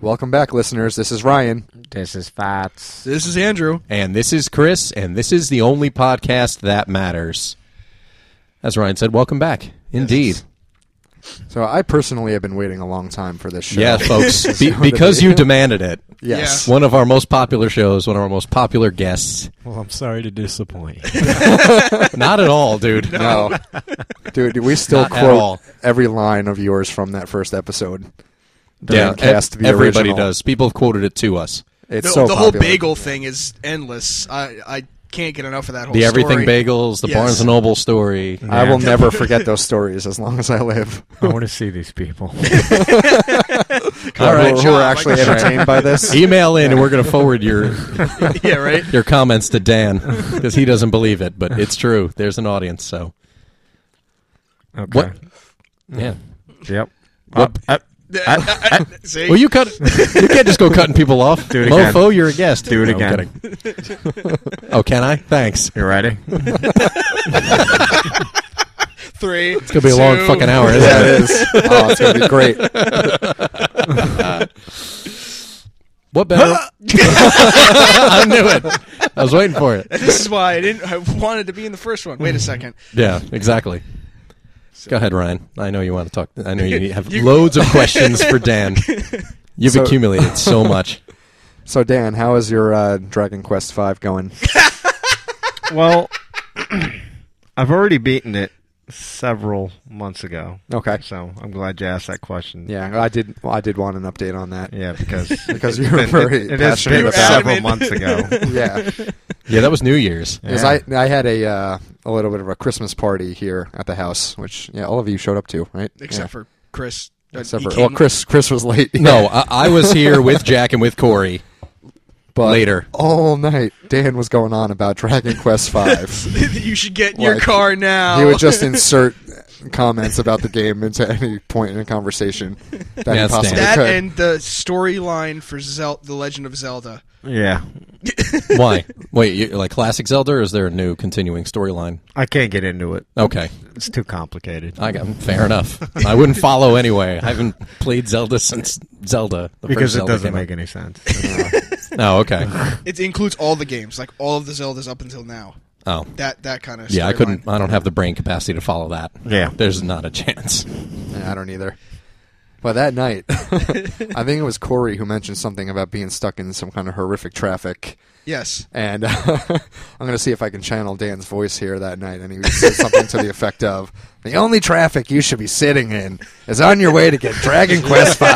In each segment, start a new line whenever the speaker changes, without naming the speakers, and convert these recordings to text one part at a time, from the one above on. Welcome back, listeners. This is Ryan.
This is Fats.
This is Andrew.
And this is Chris, and this is the only podcast that matters. As Ryan said, welcome back. Indeed.
So I personally have been waiting a long time for this show.
Yeah, folks. Be-
Sound
because you
debate.
demanded it.
Yes.
One of our most popular shows, one of our most popular guests.
Well, I'm sorry to disappoint.
Not at all, dude.
No. Dude, we still
Not at
quote
all.
every line of yours from that first episode.
Yeah,
During cast
ev-
the
everybody
original.
does. People have quoted it to us.
It's
the
so
the whole
popular.
bagel thing is endless. I I can't get enough of that whole
The everything
story.
bagels, the
Yes.
Barnes and Noble story. Uh,
I will never forget those stories as long as I live.
I want to see these people.
All right,
who, who
John,
are actually
like-
entertained by this?
Email in, and we're going to forward your
yeah, right.
your comments to Dan because he doesn't believe it, but it's true. There's an audience. So
Okay.
what? Yeah.
Yep.
What-
Uh, uh,
See,
Well, you cut. You can't just go cutting people off,
Do it again.
Mofo, you're a guest.
Do it
No, I'm
again.
kidding. oh, can I? Thanks.
you ready?
three. It's
It'll be a long fucking hour, isn't
Yeah,
it?
it is. Oh, it's gonna be great.
What better? I knew it. I was waiting for it.
This is why I didn't. I wanted to be in the first one. Wait a second.
Yeah, exactly. Go ahead, Ryan. I know you want to talk. I know you have
You-
loads of questions for Dan. You've
So-
accumulated so much.
So Dan, how is your uh, Dragon Quest V going?
well, I've already beaten it several months ago,
Okay.
so I'm glad you asked that question.
Yeah, I did. Well, I did want an update on that.
Yeah, because
Because
it's
you were
been-
very
it, it has
passionate
been
about it.
several months ago.
Yeah,
Yeah, that was New Year's.
because
Yeah.
I I had a uh, a little bit of a Christmas party here at the house, which yeah, all of you showed up to, right?
Except
Yeah.
for Chris. Uh,
except
he
for
came-
well, Chris Chris was late.
No, I, I was here with Jack and with Corey.
but
later.
all night Dan was going on about Dragon Quest V.
you should get in your
Like,
car now.
he would just insert comments about the game into any point in a conversation that
Yeah,
he
it's
possibly
that
could.
and the storyline for Zel- the Legend of Zelda.
Yeah,
Why? Wait, you, like classic Zelda, or is there a new continuing storyline?
I can't get into it.
Okay,
It's too complicated.
Uh,
I got fair enough. I wouldn't follow anyway. I haven't played Zelda since Zelda. The
because
first
it
Zelda
doesn't
came out.
make any sense.
Oh, okay.
It includes all the games, like all of the Zeldas up until now.
Oh,
That that kind of
yeah. I couldn't.
storyline.
I don't have the brain capacity to follow that.
Yeah.
there's not a chance.
Yeah, I don't either. But that night, I think it was Corey who mentioned something about being stuck in some kind of horrific traffic.
Yes.
And I'm going to see if I can channel Dan's voice here that night. And he said something to the effect of The only traffic you should be sitting in is on your way to get Dragon Quest V.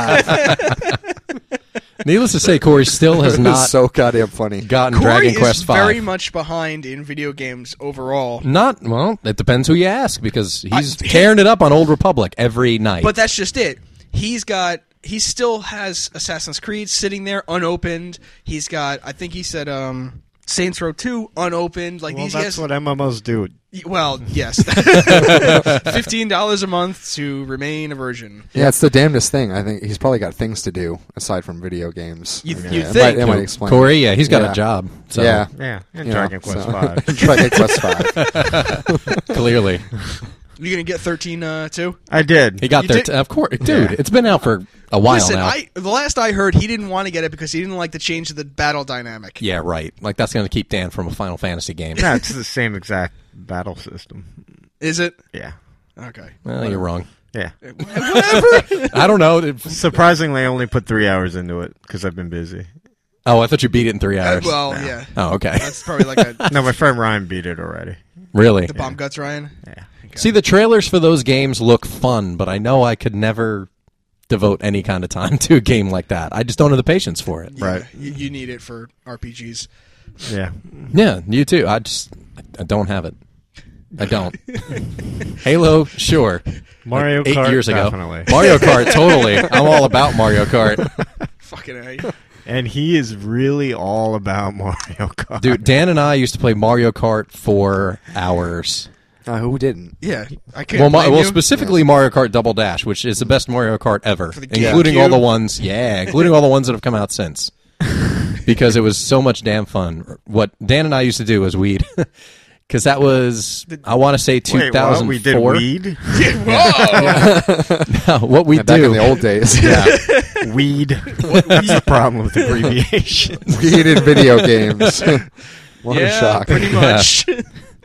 Needless to say, Corey still has
It
not
was so goddamn funny.
gotten
Corey
Dragon Quest
is
Five.
very much behind in video games overall.
Not well. It depends who you ask because he's
I-
tearing it up on Old Republic every night.
But that's just it. He's got he still has Assassin's Creed sitting there unopened. He's got I think he said um Saints Row 2 unopened. Like
well,
these
that's
guys
what MMOs do.
well, yes. $15 a month to remain a virgin.
Yeah, it's the damnedest thing. I think he's probably got things to do aside from video games.
You-
yeah,
you
it
think.
might, it might explain.
Corey, yeah, he's got
Yeah.
a job. So
Yeah.
Yeah, and
You know,
Dragon Quest
so-
Five.
Dragon Quest V.
clearly
You going to get 13 uh too?
I did.
he got
You
there.
did-
t- of course, dude. It's been out for a while
Listen,
now.
I the last I heard he didn't want to get it because he didn't like the change of the battle dynamic.
Yeah, right. Like that's going to keep Dan from a Final Fantasy game.
No, it's the same exact battle system.
Is it?
Yeah,
Okay.
well, you're wrong.
yeah.
I don't know. It-
Surprisingly, I only put three hours into it because I've been busy.
Oh, I thought you beat it in three
Uh,
hours.
well, yeah.
oh, okay.
That's probably like a
No, my friend Ryan beat it already.
Really?
the bomb guts Ryan.
Yeah.
See, the trailers for those games look fun, but I know I could never devote any kind of time to a game like that. I just don't have the patience for it.
Yeah, You, you need it for RPGs.
Yeah.
Yeah, you too. I just I don't have it. I don't. Halo, sure.
Mario
Eight
Kart,
years ago,
definitely.
Mario Kart, totally. I'm all about Mario Kart,
Fucking A.
And he is really all about Mario Kart.
dude. Dan and I used to play Mario Kart for hours.
Uh, who didn't?
Yeah, I can't.
Well, Ma-
blame
well,
you.
specifically Mario Kart Double Dash, which is the best Mario Kart ever,
For the
including
GameCube.
all the ones, yeah, including all the ones that have come out since, because it was so much damn fun. What Dan and I used to do is we'd because that was I want to say
Wait, what? We did
2004.
weed.
Whoa!
No, what we
Yeah, back in
do
the old days, yeah,
weed. That's the problem with abbreviation.
we hated video games. what a
yeah,
shock!
pretty much.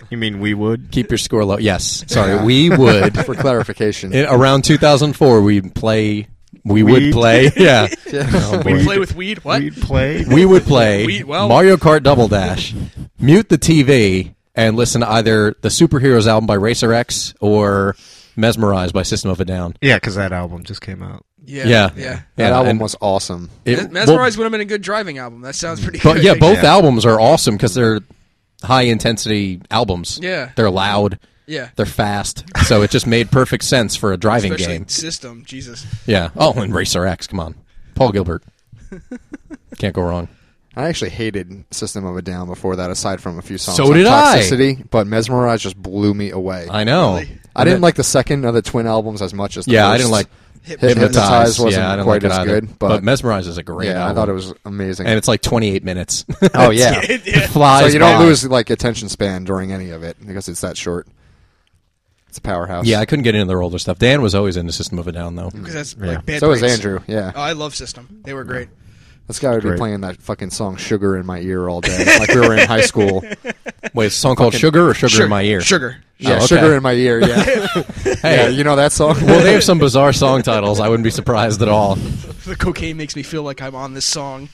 you mean we would?
keep your score low. Yes, sorry,
Yeah.
we would
For clarification,
in, around 2004 we play. We
Weed.
would play. Yeah,
Yeah.
we play with weed. What?
We'd Oh, play.
we would play
We- well-
Mario Kart Double Dash, mute the TV, and listen to either the Superheroes album by Racer X or Mesmerized by System of a Down.
yeah, because that album just came out.
Yeah.
Yeah,
Yeah.
that
Yeah,
album
and
was awesome.
it-
Mes- Mesmerize
well,
would have been a good driving album. That sounds pretty
but
good.
yeah, both
Yeah.
albums are awesome because they're high intensity albums.
Yeah.
they're loud.
Yeah.
They're fast, so it just made perfect sense for a driving
Especially
game.
System. Jesus.
Yeah. Oh, and Racer X. Come on, Paul Gilbert. Can't go wrong.
I actually hated System of a Down before that, aside from a few songs.
So
like
did I.
Toxicity, but Mesmerize just blew me away. I,
I know.
Really?
didn't like the second of the twin albums as much as the
Yeah,
first.
I didn't like
Hypnotize
hypnotize.
wasn't
yeah, I didn't
quite
like it
as
either.
good, but-
mesmerize is a great.
Yeah, I
album.
thought it was amazing.
and it's like 28 minutes.
oh yeah,
It flies.
so you don't
by.
lose like attention span during any of it because it's that short. It's a powerhouse.
Yeah, I couldn't get into their older stuff. Dan was always into System of a Down, though.
Because that's
Yeah.
like bad
so was
breaks.
Andrew. Yeah,
Oh, I love System. They were great.
this guy would be
Great.
playing that fucking song "Sugar in My Ear" all day, like we were in high school.
Oh, Wait, it's a song called Sugar or Sugar,
Sugar
in My Ear?
Sugar.
Yeah,
okay.
"Sugar in My Ear." Yeah, yeah,
Hey,
you know that song.
well, they have some bizarre song titles. I wouldn't be surprised at all.
The cocaine makes me feel like I'm on this song.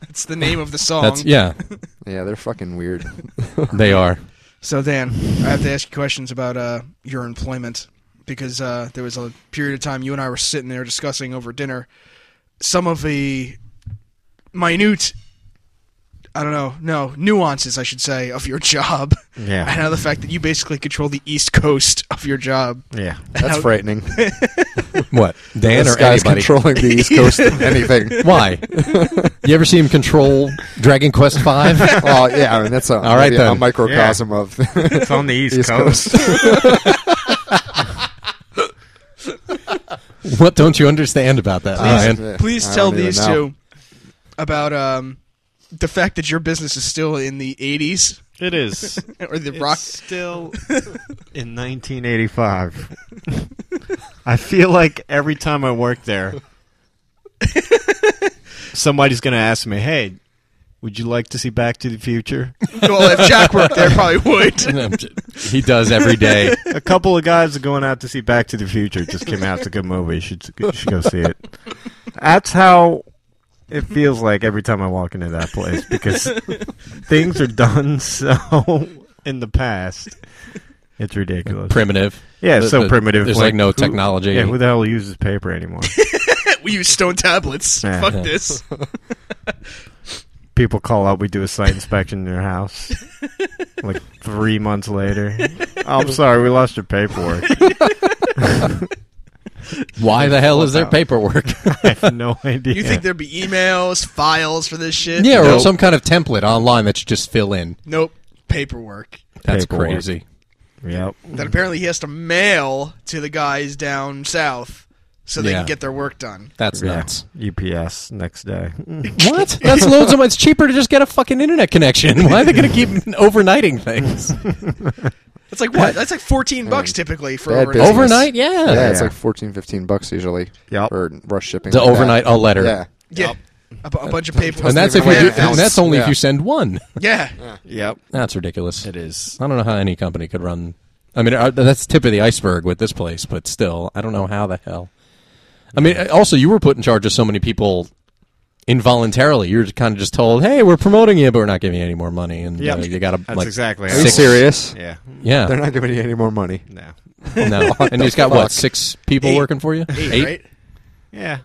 That's the name of the song.
That's yeah,
yeah, they're fucking weird.
they are.
So Dan, I have to ask you questions about uh, your employment because uh, there was a period of time you and I were sitting there discussing over dinner some of the minute, I don't know, no nuances, I should say, of your job.
Yeah.
and how the fact that you basically control the East Coast of your job.
Yeah.
That's
How-
frightening.
What Dan
this
or
guy's
anybody?
controlling the East Coast of anything.
Why? you ever see him control Dragon Quest Five?
Oh yeah, I mean that's a,
All right,
maybe a
then.
microcosm of
It's on the East,
East
Coast.
Coast.
what don't you understand about that, Ryan?
Yeah,
Please
I don't
tell
even
these
know.
two about um, the fact that your business is still in the '80s
It is.
or the
It's
rock.
still in 19.
1985.
I feel like every time I work there, somebody's going to ask me, hey, would you like to see Back to the Future?
well, if Jack worked there, probably would.
he does every day.
A couple of guys are going out to see Back to the Future. It Just came out. It's a good movie. You should, you should go see it.
That's how it feels like every time I walk into that place because things are done so in the past. It's ridiculous.
Primitive.
yeah,
The-
it's so
the-
primitive.
There's like, no
who-
technology.
Yeah, who the hell uses paper anymore?
we use stone tablets.
Yeah.
Fuck
Yeah.
this.
People call up. We do a site inspection in their house. like three months later, I'm sorry, we lost your paperwork.
Why the hell is there paperwork?
I have no idea.
You think there'd be emails, files for this shit?
yeah, or
Nope.
some kind of template online that you just fill in.
nope. Paperwork
That's
Paperwork.
crazy.
Yep.
that apparently he has to mail to the guys down south so they
Yeah.
can get their work done.
That's
Yeah.
nuts.
UPS next day.
What? That's loads of money. It's cheaper to just get a fucking internet connection. Why are they going to keep overnighting things?
That's like what? That's like fourteen bucks typically for
Bad
overnight.
business.
Overnight? Yeah.
Yeah, it's
Yeah.
like 14, 15 bucks usually.
Yep.
Or rush shipping.
The
like that.
overnight a letter.
Yeah.
Yeah, a, bu- a bunch of paperwork.
And that's if you
Even
do,
an ounce.
and that's only if
Yeah.
you send one.
yeah.
Yep.
That's ridiculous. I
is.
don't know how any company could run. I mean, uh, that's tip of the iceberg with this place, but still, I don't know how the hell. I mean, uh, also, you were put in charge of so many people involuntarily. You're kind of just told, "Hey, we're promoting you, but we're not giving you any more money," and
Yep.
uh, you got to
That's
like,
exactly
Are you
Six-
serious?
Yeah.
yeah,
They're not giving you any more money.
No.
No. and he's got
fuck?
what six people
Eight.
working for you?
Eight, right?
Yeah.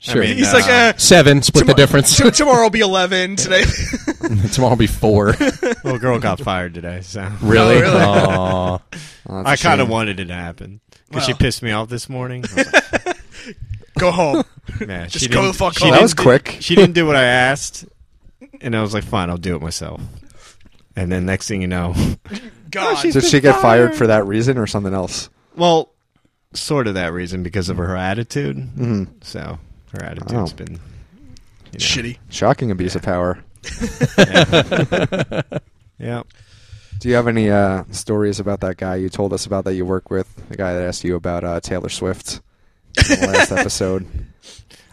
Sure.
mean,
He's
uh,
like, uh,
Seven. Split the difference.
t- tomorrow will be eleven. Today,
Tomorrow will be four.
Little girl got fired today, so
really?
really?
Aw.
Oh, that's
I
a
kind of
shame.
wanted it to happen because she
Well.
pissed me off this morning. I was like,
go home.
Oh,
Man,
Just
she
go
didn't-
the fuck
she
home.
Oh, That
didn't
was
do-
quick.
She didn't do what I asked, and I was like, "Fine, I'll do it myself." And then next thing you know,
God,
Did she get fired for that reason or something else?
well, sort of that reason because of her attitude.
Mm-hmm.
Mm-hmm.
So her attitude's
Wow.
been you know,
shitty.
Shocking abuse of power.
Yeah,
Do you have any uh, stories about that guy you told us about that you work with? The guy that asked you about uh, Taylor Swift in the last episode.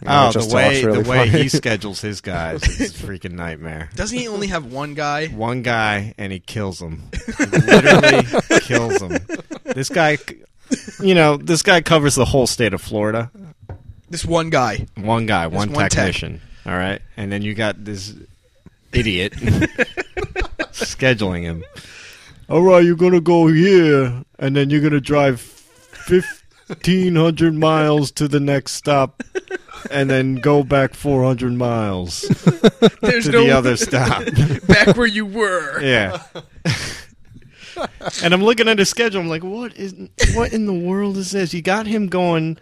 You know,
oh,
just talks
the way
really
the way
funny.
he schedules his guys is a freaking nightmare.
Doesn't he only have one guy?
One guy and he kills him. He literally kills him. This guy, c- you know, this guy covers the whole state of Florida.
This one guy.
One guy, one,
one tech.
technician. All right, and then you got this idiot scheduling him. All right, you're gonna go here, and then you're gonna drive fifteen hundred miles to the next stop, and then go back four hundred miles
There's
to
no
the other stop.
back where you were.
Yeah. and I'm looking at his schedule. I'm like, what is what in the world is this? You got him going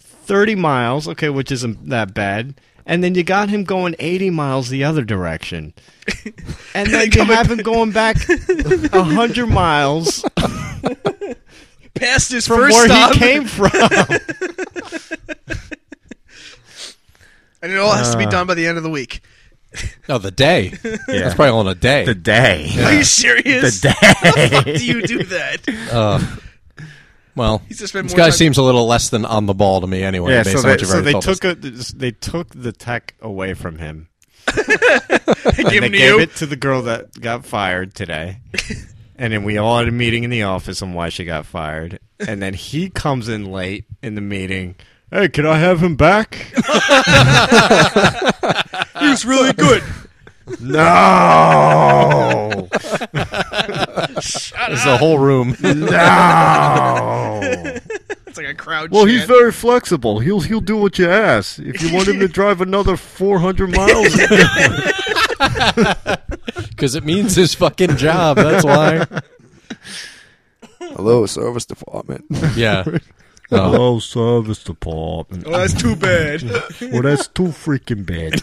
30 miles, okay, which isn't that bad. And then you got him going 80 miles the other direction. And then you have him going back 100 miles
Past his
from
first
where
stop,
he came from.
and it all has to be
Uh.
done by the end of the week.
Oh, the day.
Yeah.
That's probably on a day.
the day.
Are you serious? How
The
do you do that?
Uh, well,
He's just spent
this
more
guy
time-
seems a little less than on the ball to me anyway.
Yeah,
based
so
on
they,
what you've already told us.
took they took the tech away from him.
Give
and
him
they
to
gave
you.
it to the girl that got fired today. and then we all had a meeting in the office on why she got fired. And then he comes in late in the meeting. Hey, can I have him back?
He was really good. Oh,
no,
It's the whole room.
no.
It's like a crowd.
Well,
chant.
he's very flexible. He'll he'll do what you ask. If you want him to drive another 400 miles,
Because it means his fucking job. That's why.
Hello, service department.
Yeah. Oh,
hello, service department.
Well, that's too bad.
Well, that's too freaking bad.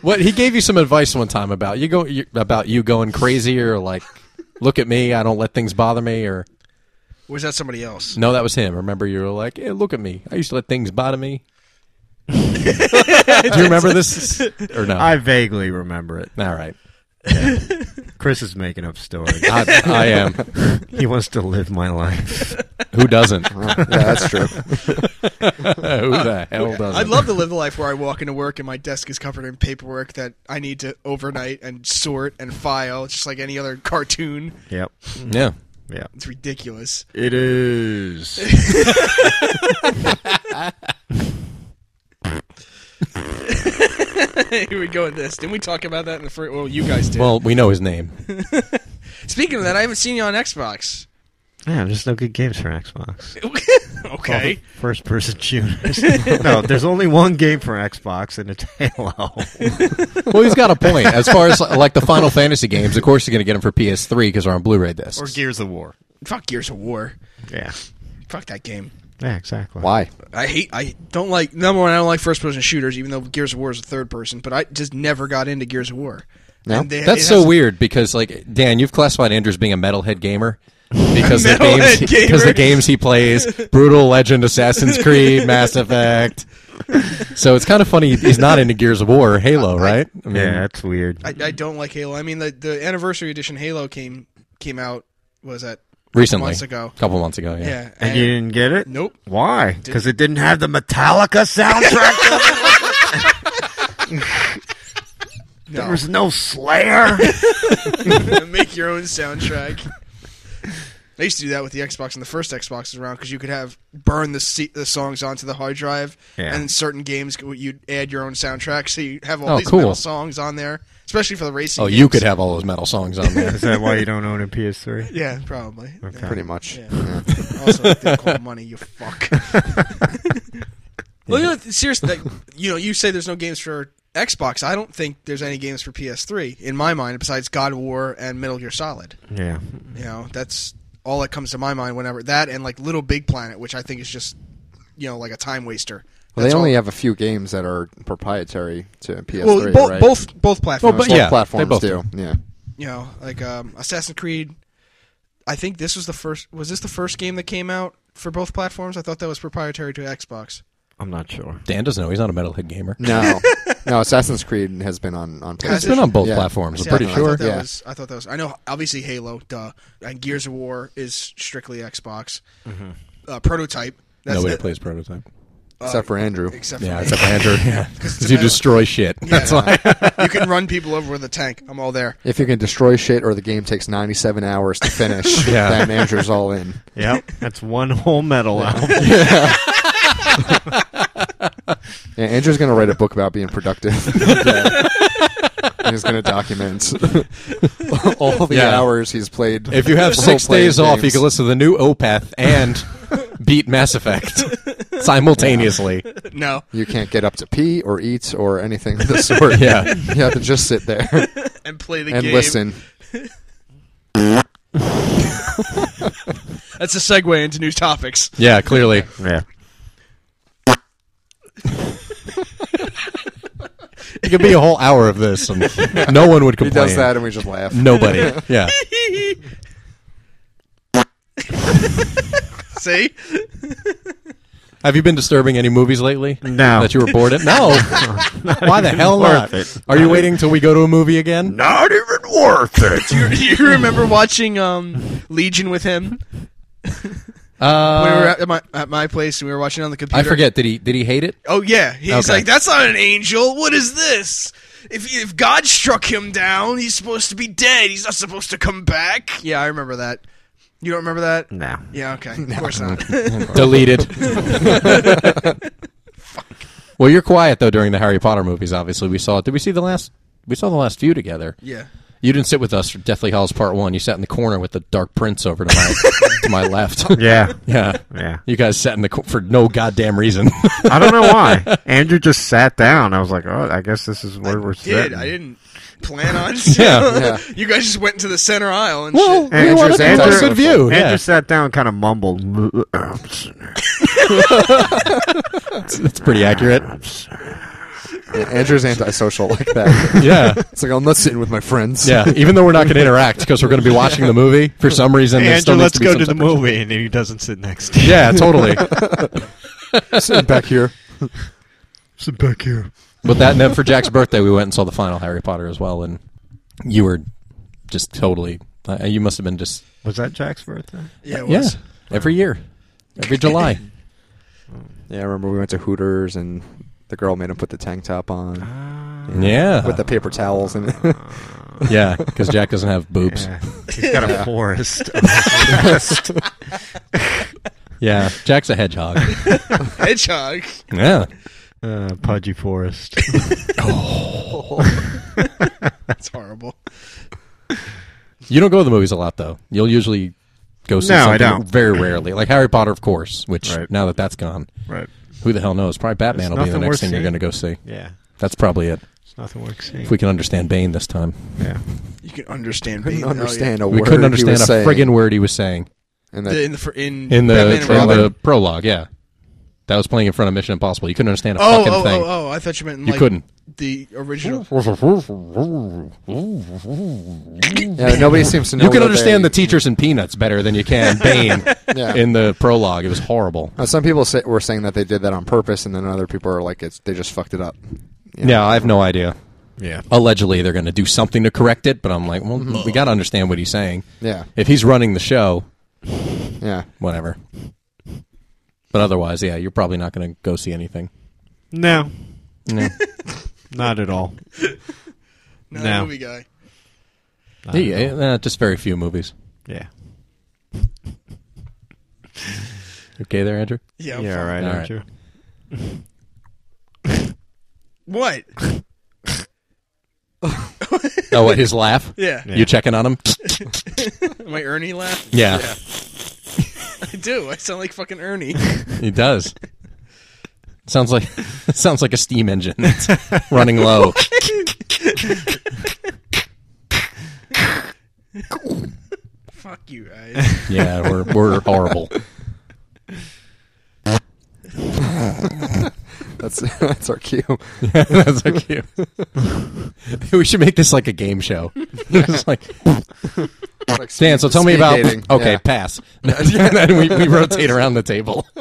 what he gave you some advice one time about you go you, about you going crazy or like, look at me, I don't let things bother me or
Was that somebody else?
no, that was him. Remember, you were like, yeah, look at me, I used to let things bother me. Do you remember this or no?
I vaguely remember it.
All right,
Chris is making up stories.
I, I am.
he wants to live my life.
Who doesn't?
Oh, yeah, that's true.
Who the hell doesn't?
I'd love to live the life where I walk into work and my desk is covered in paperwork that I need to overnight and sort and file, just like any other cartoon.
Yep.
Yeah.
Yep.
It's ridiculous.
It is.
Here we go with this. Didn't we talk about that in the first? Well, you guys did.
Well, we know his name.
Speaking of that, I haven't seen you on Xbox.
Yeah, there's no good games for Xbox.
okay.
First person shooters. no, there's only one game for Xbox, and it's Halo.
Well, he's got a point. As far as like the Final Fantasy games, of course you're going to get them for PS3 because they're on Blu-ray discs.
or Gears of War.
Fuck Gears of War.
Yeah.
Fuck that game.
Yeah, exactly.
Why?
I hate. I don't like. Number one, I don't like first-person shooters, even though Gears of War is a third-person. But I just never got into Gears of War.
No?
And they-
That's
it
so
has-
weird because like Dan, you've classified Andrew as being a metalhead gamer because the
Metalhead
games because
gamer.
the games he plays, Brutal Legend, Assassin's Creed, Mass Effect. So it's kind of funny he's not into Gears of War or Halo, right? I mean,
Yeah, that's weird.
I, I don't like Halo. I mean, the the anniversary edition Halo came came out was that
recently,
months ago.
a couple months ago. Yeah,
Yeah.
and you didn't get it?
Nope.
Why? Because it didn't have the Metallica soundtrack.
No.
there was no Slayer.
Make your own soundtrack. I used to do that with the Xbox and the first Xbox was around because you could have burn the se- the songs onto the hard drive,
Yeah.
and in certain games c- you'd add your own soundtrack, so you have all
Oh,
these
cool.
metal songs on there, especially for the racing.
Oh, you
games.
could have all those metal songs on there.
Is that why you don't own a PS3?
Yeah, probably. Yeah.
Pretty much.
Yeah.
Yeah.
also, if they call money, you fuck. well, you know, seriously, like, you know, you say there's no games for Xbox. I don't think there's any games for PS3 in my mind besides God of War and Metal Gear Solid.
Yeah.
You know, that's all that comes to my mind whenever that and like Little Big Planet, which I think is just you know like a time waster.
Well, they
That's
only
all-
have a few games that are proprietary to PS3.
well, bo-
right?
both both platforms.
Well, but
both
yeah, they
platforms
both
do. Yeah.
you know, like um, Assassin's Creed. I think this was the first. Was this the first game that came out for both platforms? I thought that was proprietary to Xbox.
I'm not sure.
Dan doesn't know. He's not a metalhead gamer.
No, no. Assassin's Creed has been on on
It's
PlayStation.
been on both
Yeah.
platforms.
See,
I'm pretty
I, I
sure.
thought that
yeah.
was, I thought that was. I know, obviously, Halo, duh. And Gears of War is strictly Xbox. Uh, prototype. That's
Nobody
it. Uh,
plays Prototype.
except for Andrew.
Except
Yeah,
for
except for Andrew. Yeah,
'Cause it's
you
a metal-
destroy shit. That's
Yeah.
why.
you can run people over with a tank. I'm all there.
If you can destroy shit or the game takes 97 hours to finish,
Yeah.
then Andrew's all in.
Yep, that's one whole metal album.
Yeah, Andrew's going to write a book about being productive. Yeah. And he's going to document all the
Yeah.
hours he's played.
If you have
Role
six
playing
days off, you
games.
can listen to the new Opeth and beat Mass Effect simultaneously.
No,
You can't get up to pee or eat or anything of the sort.
Yeah.
You have to just sit there
and play the
and
game.
listen.
That's a segue into new topics.
Yeah, clearly.
yeah,
It could be a whole hour of this, and no one would
He
complain.
does that and we just laugh.
Nobody. Yeah.
See,
Have you been disturbing any movies lately?
No.
That you were bored at? No. Why the hell
worth
not?
it.
Are you waiting till we go to a movie again?
not even worth it.
you, you remember watching um, Legion with him?
Uh,
we were at my, at my place and we were watching on the computer.
I forget. Did he did he hate it?
Oh yeah, he's
Okay.
like, that's not an angel. What is this? If if God struck him down, he's supposed to be dead. He's not supposed to come back. Yeah, I remember that. You don't remember that?
No,
Yeah, okay. Of course not.
Deleted. Well, you're quiet though during the Harry Potter movies. Obviously, we saw it. Did we see the last? We saw the last few together.
yeah.
You didn't sit with us for Deathly Hallows Part One. You sat in the corner with the Dark Prince over to my to my left.
yeah,
Yeah,
yeah.
you guys sat in the co- for no goddamn reason.
I don't know why. Andrew just sat down. I was like, oh, I guess this is where we're
Did
sitting.
I didn't plan on.
Yeah,
yeah.
You guys just went into the center aisle and
well,
shit.
we wanted a
Andrew's-
good view.
Andrew
Yeah,
sat down, and kind of mumbled. I'm sorry,
that's pretty accurate.
I'm sorry.
Yeah, Andrew's antisocial like that.
Yeah,
It's like, I'm not sitting with my friends.
yeah. Even though we're not going to interact because we're going to be watching the movie for some reason.
Hey,
there
Andrew,
still needs
let's
be
go
some
to the
separation.
movie, and he doesn't sit next to you.
Yeah, totally.
Sitting back here.
Sit back here.
But that and then for Jack's birthday, we went and saw the final Harry Potter as well, and you were just totally. Uh, you must have been just
Was that Jack's birthday?
Yeah, it
yeah
was.
every year, every July.
Yeah, I remember we went to Hooters and the girl made him put the tank top on
yeah,
with the paper towels and
Ah. yeah, because Jack doesn't have boobs. Yeah.
Yeah. He's got a forest.
Jack's a hedgehog.
Hedgehog.
yeah,
Uh, pudgy forest.
That's horrible.
you don't go to the movies a lot though. You'll usually go see
No, I
something
don't.
very rarely, like Harry Potter, of course. Which
Right.
now that that's gone,
Right.
who the hell knows? Probably Batman
There's
will be the
nothing
next
worth
thing you're
seeing.
going to go see.
Yeah.
That's probably it.
It's nothing worth seeing.
If we can understand Bane this time,
yeah.
You can understand being
couldn't
oh, yeah.
understand a
we
word
couldn't
he
understand
was
a
saying.
friggin' word he was saying.
And
The-
that,
in the fr- in,
in the,
Batman
in
and Robin.
the prologue. Yeah, that was playing in front of Mission Impossible. You couldn't understand a
Oh,
fucking
oh,
thing.
oh, oh! I thought you meant in,
You
like
couldn't.
the original. oh.
yeah, nobody seems to know.
you can
where
understand
they-
the teachers in Peanuts better than you can Bane
Yeah.
in the prologue. It was horrible.
Uh, some people say, were saying that they did that on purpose, and then other people are like, it's they just fucked it up.
Yeah, I have no idea.
Yeah.
Oh.
Allegedly, they're going to do something to correct it, but I'm like, well,
Mm-hmm.
we got to understand what he's saying.
Yeah,
If he's running the show,
yeah.
whatever. But otherwise, yeah, you're probably not going to go see anything.
No,
No.
not at all.
Not
No.
a movie guy.
Not
yeah,
at all.
eh, just very few movies.
yeah.
Okay, there, Andrew.
Yeah. I'm
Yeah,
fine.
all right,
All
aren't
right.
you?
What?
Oh, what his laugh?
Yeah.
Yeah.
You checking on him?
My Ernie laugh.
yeah.
I do. I sound like fucking Ernie.
It does. sounds like sounds like a steam engine It's running low.
Fuck you guys.
Yeah, we're we're horrible.
That's that's our cue.
That's so cute. we should make this like a game show. It's like,
Like
Dan, so
speed-
tell me
speed
about.
dating.
Okay,
Yeah.
pass. and then we, we rotate around the table.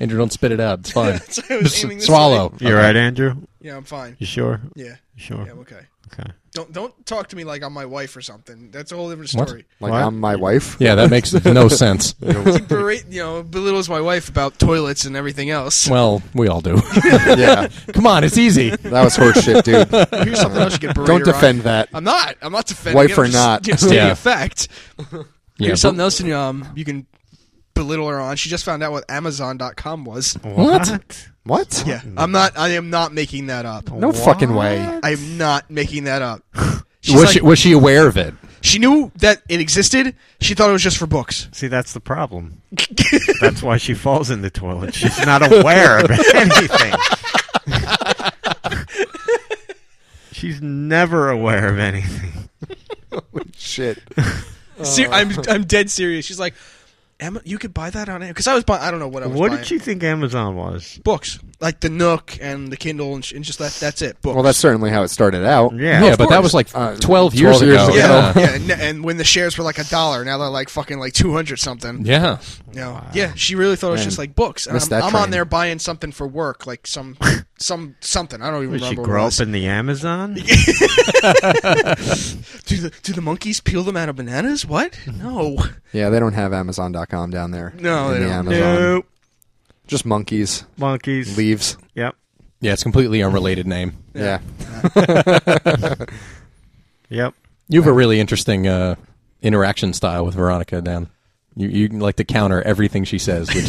Andrew, don't spit it out. It's fine.
So I was
Just
aiming this
swallow.
You all right, Andrew?
Yeah, I'm fine.
You sure?
Yeah,
You sure?
yeah, I'm okay.
Okay.
Don't don't talk to me like I'm my wife or something. That's a whole different
What?
story.
Like
What?
I'm my wife.
Yeah, that makes no sense.
He berate, you know, belittles my wife about toilets and everything else.
Well, we all do.
yeah,
Come on, it's easy.
that was horseshit, dude.
Here's something else you get berated
Don't
on.
defend that.
Um,
I'm not. I'm not defending.
Wife
it. I'm
or
just,
not.
you know, stating
Yeah.
a fact.
Yeah,
Here's something else you, um, you can belittle her on. She just found out what Amazon.com was.
What?
What?
Yeah, I'm not. I am not making that up.
No fucking way.
I'm not making that up. She's
was
like-
she was she aware of it?
she knew that it existed. She thought it was just for books.
See, that's the problem.
That's why she falls in the toilet. She's not aware of anything. She's never aware of anything.
Shit.
Ser- I'm I'm dead serious. She's like, Emma, you could buy that on it because I was buying. I don't know what I was.
What
buying.
did she think Amazon was?
Books like the Nook and the Kindle and, sh- and just that. That's it. Books.
Well, that's certainly how it started out.
Yeah.
yeah, but that was like
Uh, 12
twelve years
years
ago.
ago.
yeah,
Yeah.
yeah. And, and when the shares were like a dollar, now they're like fucking like two hundred something. Yeah.
Yeah.
You know? yeah, she really thought it was
Man,
just like books. And
missed
I'm,
that
I'm on
train.
there buying something for work, like some some something. I don't even
Did she
remember.
grow
what
up in the Amazon?
it was. do the do the monkeys peel them out of bananas? What? No,
Yeah, they don't have Amazon.com down there. in
No, they
the
don't.
Amazon.
Nope.
Just monkeys,
Monkeys.
leaves.
Yep.
Yeah, it's a completely unrelated name.
Yeah.
Yep.
You have a really interesting uh, interaction style with Veronica, Dan. You you like to counter everything she says, which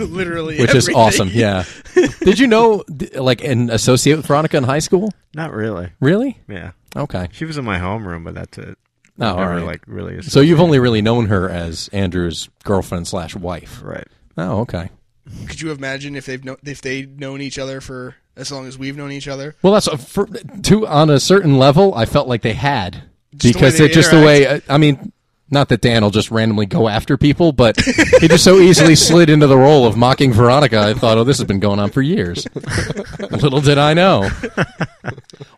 literally.
which is
everything.
awesome. Yeah. Did you know d- like and associate with Veronica in high school?
Not really.
Really?
Yeah.
Okay.
She was in my homeroom, but that's it.
Oh, all
Never,
right.
like really.
so you've only really known her as Andrew's girlfriend slash wife.
right.
Oh, okay.
Could you imagine if they've no- if they'd known each other for as long as we've known each other?
Well, that's uh, for, to on a certain level. I felt like they had
the
because
way they
it just the way. uh, I, I mean, not that Dan will just randomly go after people, but he just so easily slid into the role of mocking Veronica. I thought, oh, this has been going on for years. Little did I know.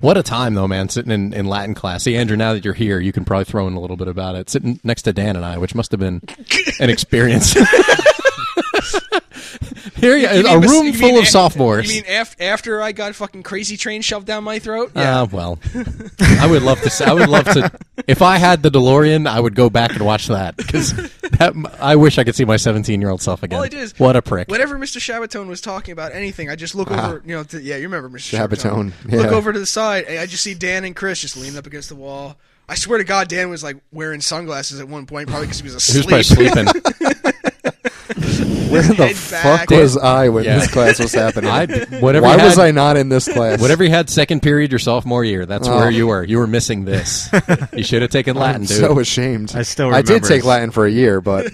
What a time, though, man! Sitting in, in Latin class. See, Andrew, now that you're here, you can probably throw in a little bit about it. Sitting next to Dan and I, which must have been an experience. Here, you,
You
a
mean bes-
room
you
full
mean
of
a-
sophomores.
You mean af- after I got fucking crazy train shoved down my throat?
Uh, well, I would love to. s- I would love to. If I had the DeLorean, I would go back and watch that because that. I wish I could see my seventeen-year-old self again.
All I did is-
what a prick! Ah.
Whenever Mr. Shabatone was talking about anything, I just look over. You know, to, yeah, you remember Mr.
Shabatone,
Shabatone.
yeah.
Look over to the side, and I just see Dan and Chris just leaning up against the wall. I swear to God, Dan was like wearing sunglasses at one point, probably because he was
He was
asleep.
probably sleeping.
Where the
head
fuck
back.
was I when
Yeah.
this class was happening?
I, whatever.
Why
you
was
had-
I not in this class?
Whatever you had second period your sophomore year, that's
Oh.
where you were. You were missing this. You should have taken Latin,
I'm
dude.
so ashamed.
I still
I did
remember
take
his-
Latin for a year, but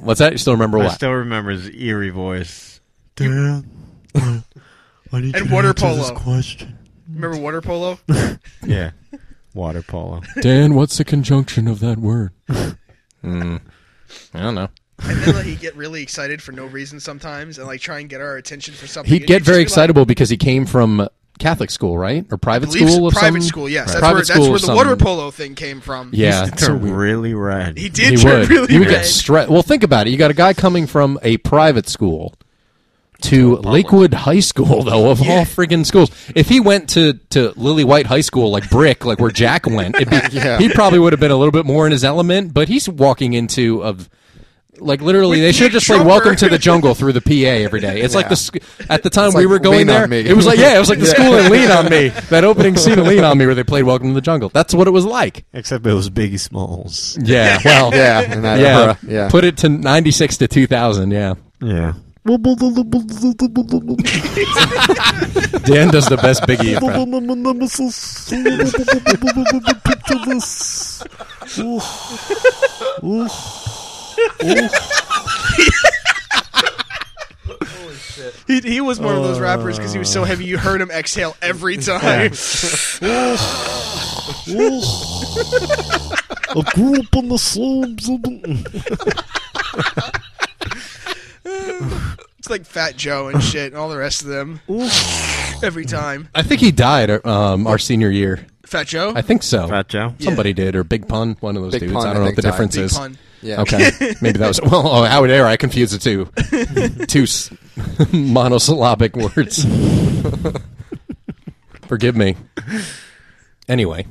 What's that? You still remember
I
what?
still remember his eerie voice. Dan, I need
And
you to
water
answer this
polo.
question.
Remember water polo?
Yeah. Water polo.
Dan, what's the conjunction of that word? Hmm. I don't know.
and then like, he'd get really excited for no reason sometimes, and like try and get our attention for something.
He'd
And
get
you'd just
very
be like,
excitable because he came from Catholic school, right, or private
"Believe-
school? Of
private
some-
school, yes. That's
Private
where,
school
that's where
of
the
some-
water polo thing came from.
Yeah,
It turned really red.
he did turn
would.
really
he would
red.
get stressed. Well, think about it. You got a guy coming from a private school to Lakewood High School, though, of all friggin' schools. If he went to, to Lily White High School, like Brick, like where Jack went, it'd be,
Yeah.
he probably would have been a little bit more in his element, but he's walking into of. Like literally,
With
they should
Nick
just like
Trumper.
"Welcome to the Jungle" through the PA every day. It's like the sc- at the time we
like,
were going
"Lean on
there,
me.
it was like yeah, it was like the school in "Lean on Me." That opening scene of "Lean on Me" where they played "Welcome to the Jungle." That's what it was like.
Except it was Biggie Smalls.
Yeah, well,
yeah, in that
yeah.
era, yeah.
uh, Put it to 96 to 2000. Yeah.
Yeah.
Dan does the best E, Biggie impression.
He, he was one of those rappers because he was so heavy you
Uh.
heard him exhale every time.
I grew up on the slums. of-
It's like Fat Joe and shit and all the rest of them. Every time.
I think he died um, our senior year.
Fat Joe?
I think so.
Fat Joe.
Somebody did, or Big Pun, one of those
Big
dudes.
Pun,
I
I
don't know
think,
what the
died.
difference
Big
is.
pun.
yeah.
Okay, maybe that was well. Oh, how dare I confuse the two? Two s- monosyllabic words. Forgive me. Anyway,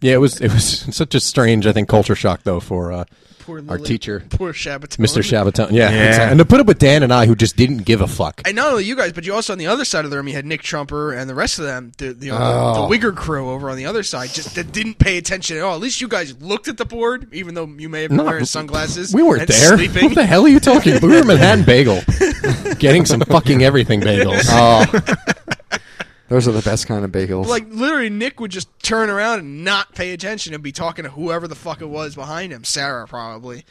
yeah, it was it was such a strange, I think, culture shock though for uh,
Poor
our
Lily-
teacher,
Poor Shabbaton.
Mr. Shabaton. Yeah,
Yeah.
exactly. and to put up with Dan and I, who just didn't give a fuck.
And not only you guys, but you also on the other side of the room, you had Nick Trumper and the rest of them, the the,
Oh.
the Wigger crew over on the other side, just that didn't pay attention at all. At least you guys looked at the board, even though you may have been
Not-
wearing sunglasses.
we weren't
and
there.
Sleeping.
What the hell are you talking? We were at Manhattan Bagel, getting some fucking everything bagels.
Uh,
Oh. Those are the best kind of bagels.
Like literally, Nick would just turn around and not pay attention and be talking to whoever the fuck it was behind him, Sarah probably.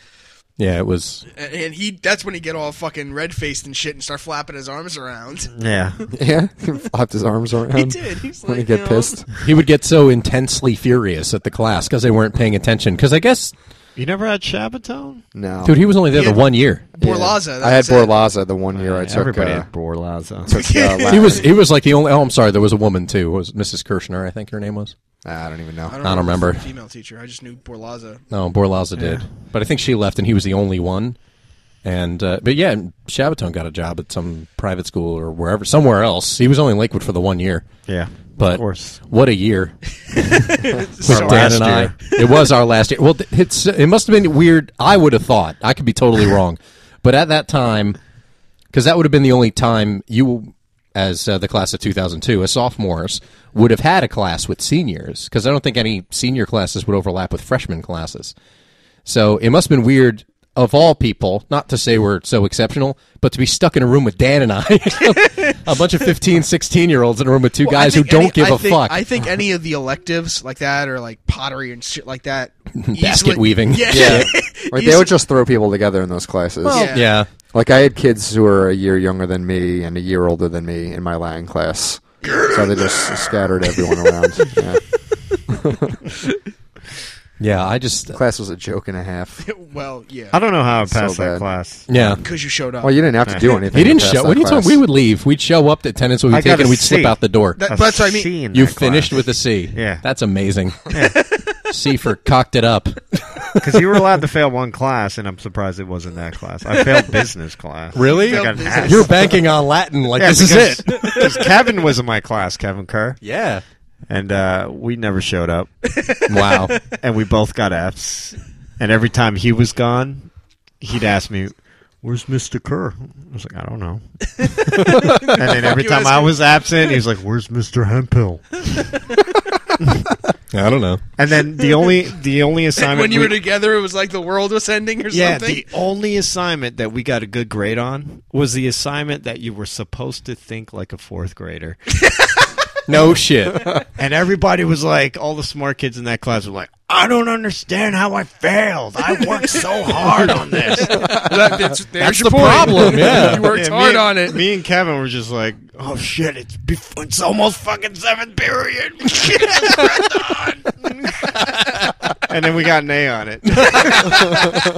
yeah, it was.
And, and he—that's when he get all fucking red faced and shit and start flapping his arms around.
Yeah.
yeah, he flapped his arms around.
He did. He's
When he
like,
get
you know,
pissed.
He would get so intensely furious at the class because they weren't paying attention. Because I guess,
You never had Shabbatone?
No,
dude, he was only there the
Yeah.
one year.
Borlaza.
I had
that's it.
Borlaza the one year I took.
Everybody
Uh,
had Borlaza.
took uh,
He
Latin.
was he was like the only. Oh, I'm sorry. There was a woman too. It was Mrs. Kirschner? I think her name was.
I don't even know.
I don't
if it was
remember.
a Female teacher. I just knew Borlaza.
No, Borlaza did. But I think she left, and he was the only one. And uh, but yeah, Shabaton got a job at some private school or wherever, somewhere else. He was only in Lakewood for the one year.
Yeah.
But
Of course.
what a year!
So-
Dan
last
and
year.
I. It was our last year. Well, th- it's, it must have been weird. I would have thought. I could be totally wrong. But at that time, because that would have been the only time you, as uh, the class of 2002, as sophomores, would have had a class with seniors, because I don't think any senior classes would overlap with freshman classes. So it must have been weird. Of all people, not to say we're so exceptional, but to be stuck in a room with Dan and I, a bunch of 15, 16 year olds in a room with two
Well, I
guys who
think
don't
any-
give
I
a
think-
fuck.
I think any of the electives like that, or like pottery and shit like that, easily-
Basket weaving.
Yeah,
Yeah. Right, they
Easily-
would just throw people together in those classes.
Well-
yeah.
Like I had kids who were a year younger than me and a year older than me in my Latin class, so they just scattered everyone around. Yeah.
Yeah, I just
Class was a joke and a half.
well, yeah,
I don't know how I passed
So
that
bad.
class.
yeah.
because you showed up.
Well, you didn't have to do anything.
He didn't
to pass
show.
that
What are you talking?
class.
We would leave. We'd show up. The attendance would be
I got
taken.
a
We'd slip
C.
out the door.
That-
A
that's what I mean.
C in
you
that
finished
class.
with a C.
Yeah.
that's amazing. C for cocked it up.
Because you were allowed to fail one class, and I'm surprised it wasn't that class. I failed business class.
Really?
I got an ass.
You're banking on Latin. Like
Yeah,
this
because-
is it.
Because Kevin was in my class, Kevin Kerr,
Yeah.
and uh, we never showed up,
Wow.
and we both got Fs. And every time he was gone, he'd ask me, "Where's Mister Kerr?" I was like, "I don't know." and then every
you
time I
asking?
was absent, he was like, "Where's Mister Hempill?"
I don't know.
And then the only the only assignment
when you
we-
were together, it was like the world was ending or
Yeah,
something.
the only assignment that we got a good grade on was the assignment that you were supposed to think like a fourth grader.
No shit.
And everybody was like, all the smart kids in that class were like, I don't understand how I failed. I worked so hard on this.
That- that's there's
the
your point.
problem, yeah.
you worked
Yeah, me
hard
and-
on it.
Me and Kevin were just like, oh shit, it's, before, it's almost fucking seventh period. and then we got an A on it.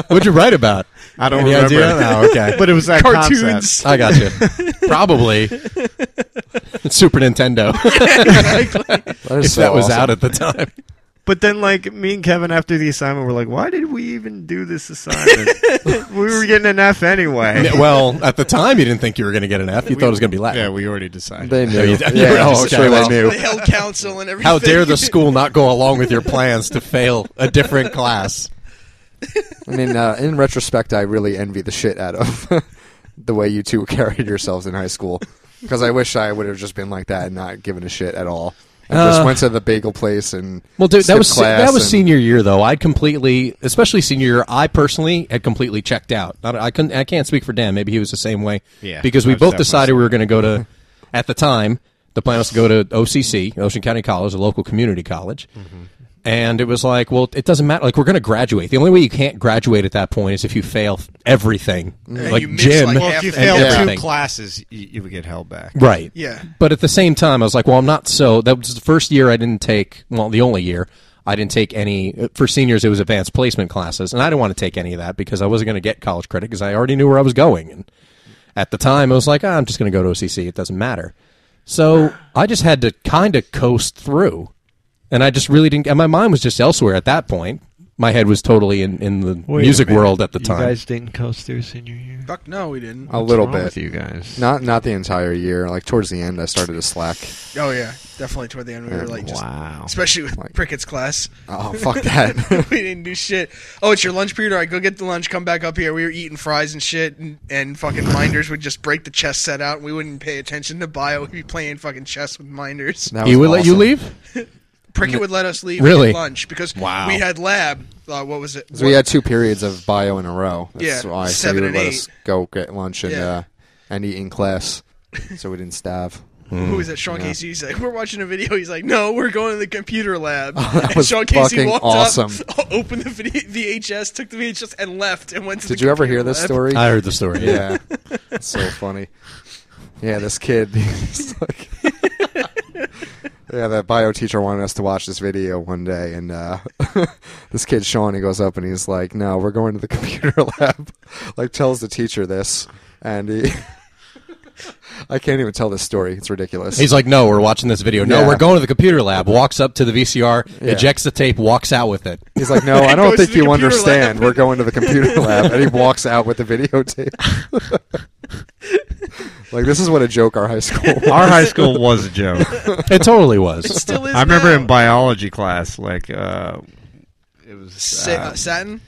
What'd you write about?
I don't
Any
remember,
idea? No, Oh, okay.
but it was that concept.
Cartoons.
I got you. Probably Super Nintendo.
That, is
if
so
that was
awesome.
out at the time.
But then, like me and Kevin, after the assignment, were like, "Why did we even do this assignment? we were getting an F anyway."
Yeah, Well, at the time, you didn't think you were going to get an F. You thought it was going to be Latin.
Yeah, we already decided.
They knew.
Oh, you-
yeah,
you were-
I'm
oh, okay,
sure
well.
they knew.
They held council and everything.
How dare the school not go along with your plans to fail a different class?
I mean, uh, in retrospect, I really envy the shit out of the way you two carried yourselves in high school. Because I wish I would have just been like that and not given a shit at all. I
Uh,
just went to the bagel place and
Well, dude, that
skipped
was se-
class
that was
and-
senior year though. I'd completely, especially senior year, I personally had completely checked out. I, don't- I couldn't, I can't speak for Dan. Maybe he was the same way.
Yeah,
because we
I was
both
definitely
decided we were going to go to. At the time, the plan was to go to OCC, Ocean County College, a local community college. And it was like, well, it doesn't matter. Like, we're going to graduate. The only way you can't graduate at that point is if you fail everything, like
you miss,
gym.
like,
well, if
half
you
the-
failed
everything.
two classes, you, you would get held back.
Right.
Yeah.
But at the same time, I was like, well, I'm not so. That was the first year I didn't take, well, the only year I didn't take any. For seniors, it was advanced placement classes. And I didn't want to take any of that because I wasn't going to get college credit because I already knew where I was going. And at the time, I was like, ah, I'm just going to go to OCC. It doesn't matter. So I just had to kind of coast through. And I just really didn't, and my mind was just elsewhere at that point. my head was totally in, in the
Wait a
music
minute.
world at the
you
time.
guys didn't coast through senior year.
Fuck no, we didn't.
a little
wrong
bit.
with you guys.
Not not the entire year. Like towards the end, I started to slack.
Oh yeah, definitely toward the end we were
Yeah,
like just,
wow.
especially with
Like-
Prickett's class.
Oh fuck that!
we didn't do shit. Oh, it's your lunch period. All right, go get the lunch. Come back up here. We were eating fries and shit, and, and fucking minders would just break the chess set out. And we wouldn't pay attention to bio. We'd be playing fucking chess with minders.
That
he
was
would let you
awesome.
leave?
Prickett would let us leave
Really?
at lunch because
Wow.
we had lab. Uh, what was it?
'Cause we had two periods of bio in a row. That's
Yeah,
why so
seven
he would
and
let
eight.
us go get lunch and
Yeah.
uh, and eat in class, so we didn't starve.
Who was it?
Mm,
Sean
yeah.
Casey. He's like, we're watching a video. He's like, no, we're going to the computer lab.
that
and
was
Sean Casey
fucking
walked
awesome.
up, opened the video, VHS, took the VHS, and left and went to
Did
the
you ever
computer
hear this
lab.
story?
I heard the story.
yeah, it's so funny. Yeah, this kid. he's like- yeah, that bio teacher wanted us to watch this video one day, and uh, this kid Sean, he goes up and he's like, "No, we're going to the computer lab." like, tells the teacher this, and he. I can't even tell this story. It's ridiculous.
He's like, no, we're watching this video. No,
Yeah.
we're going to the computer lab. Walks up to the VCR,
Yeah.
ejects the tape, walks out with it.
He's like, no, I
Goes
don't
to
think
the
you
computer
understand.
lab.
We're going to the computer lab, and he walks out with the videotape. like this is what a joke our high school. Was.
Our high school was a joke.
It totally was.
Still is
I remember
now.
in biology class, like uh, it was
Sa-
uh,
uh, Satin?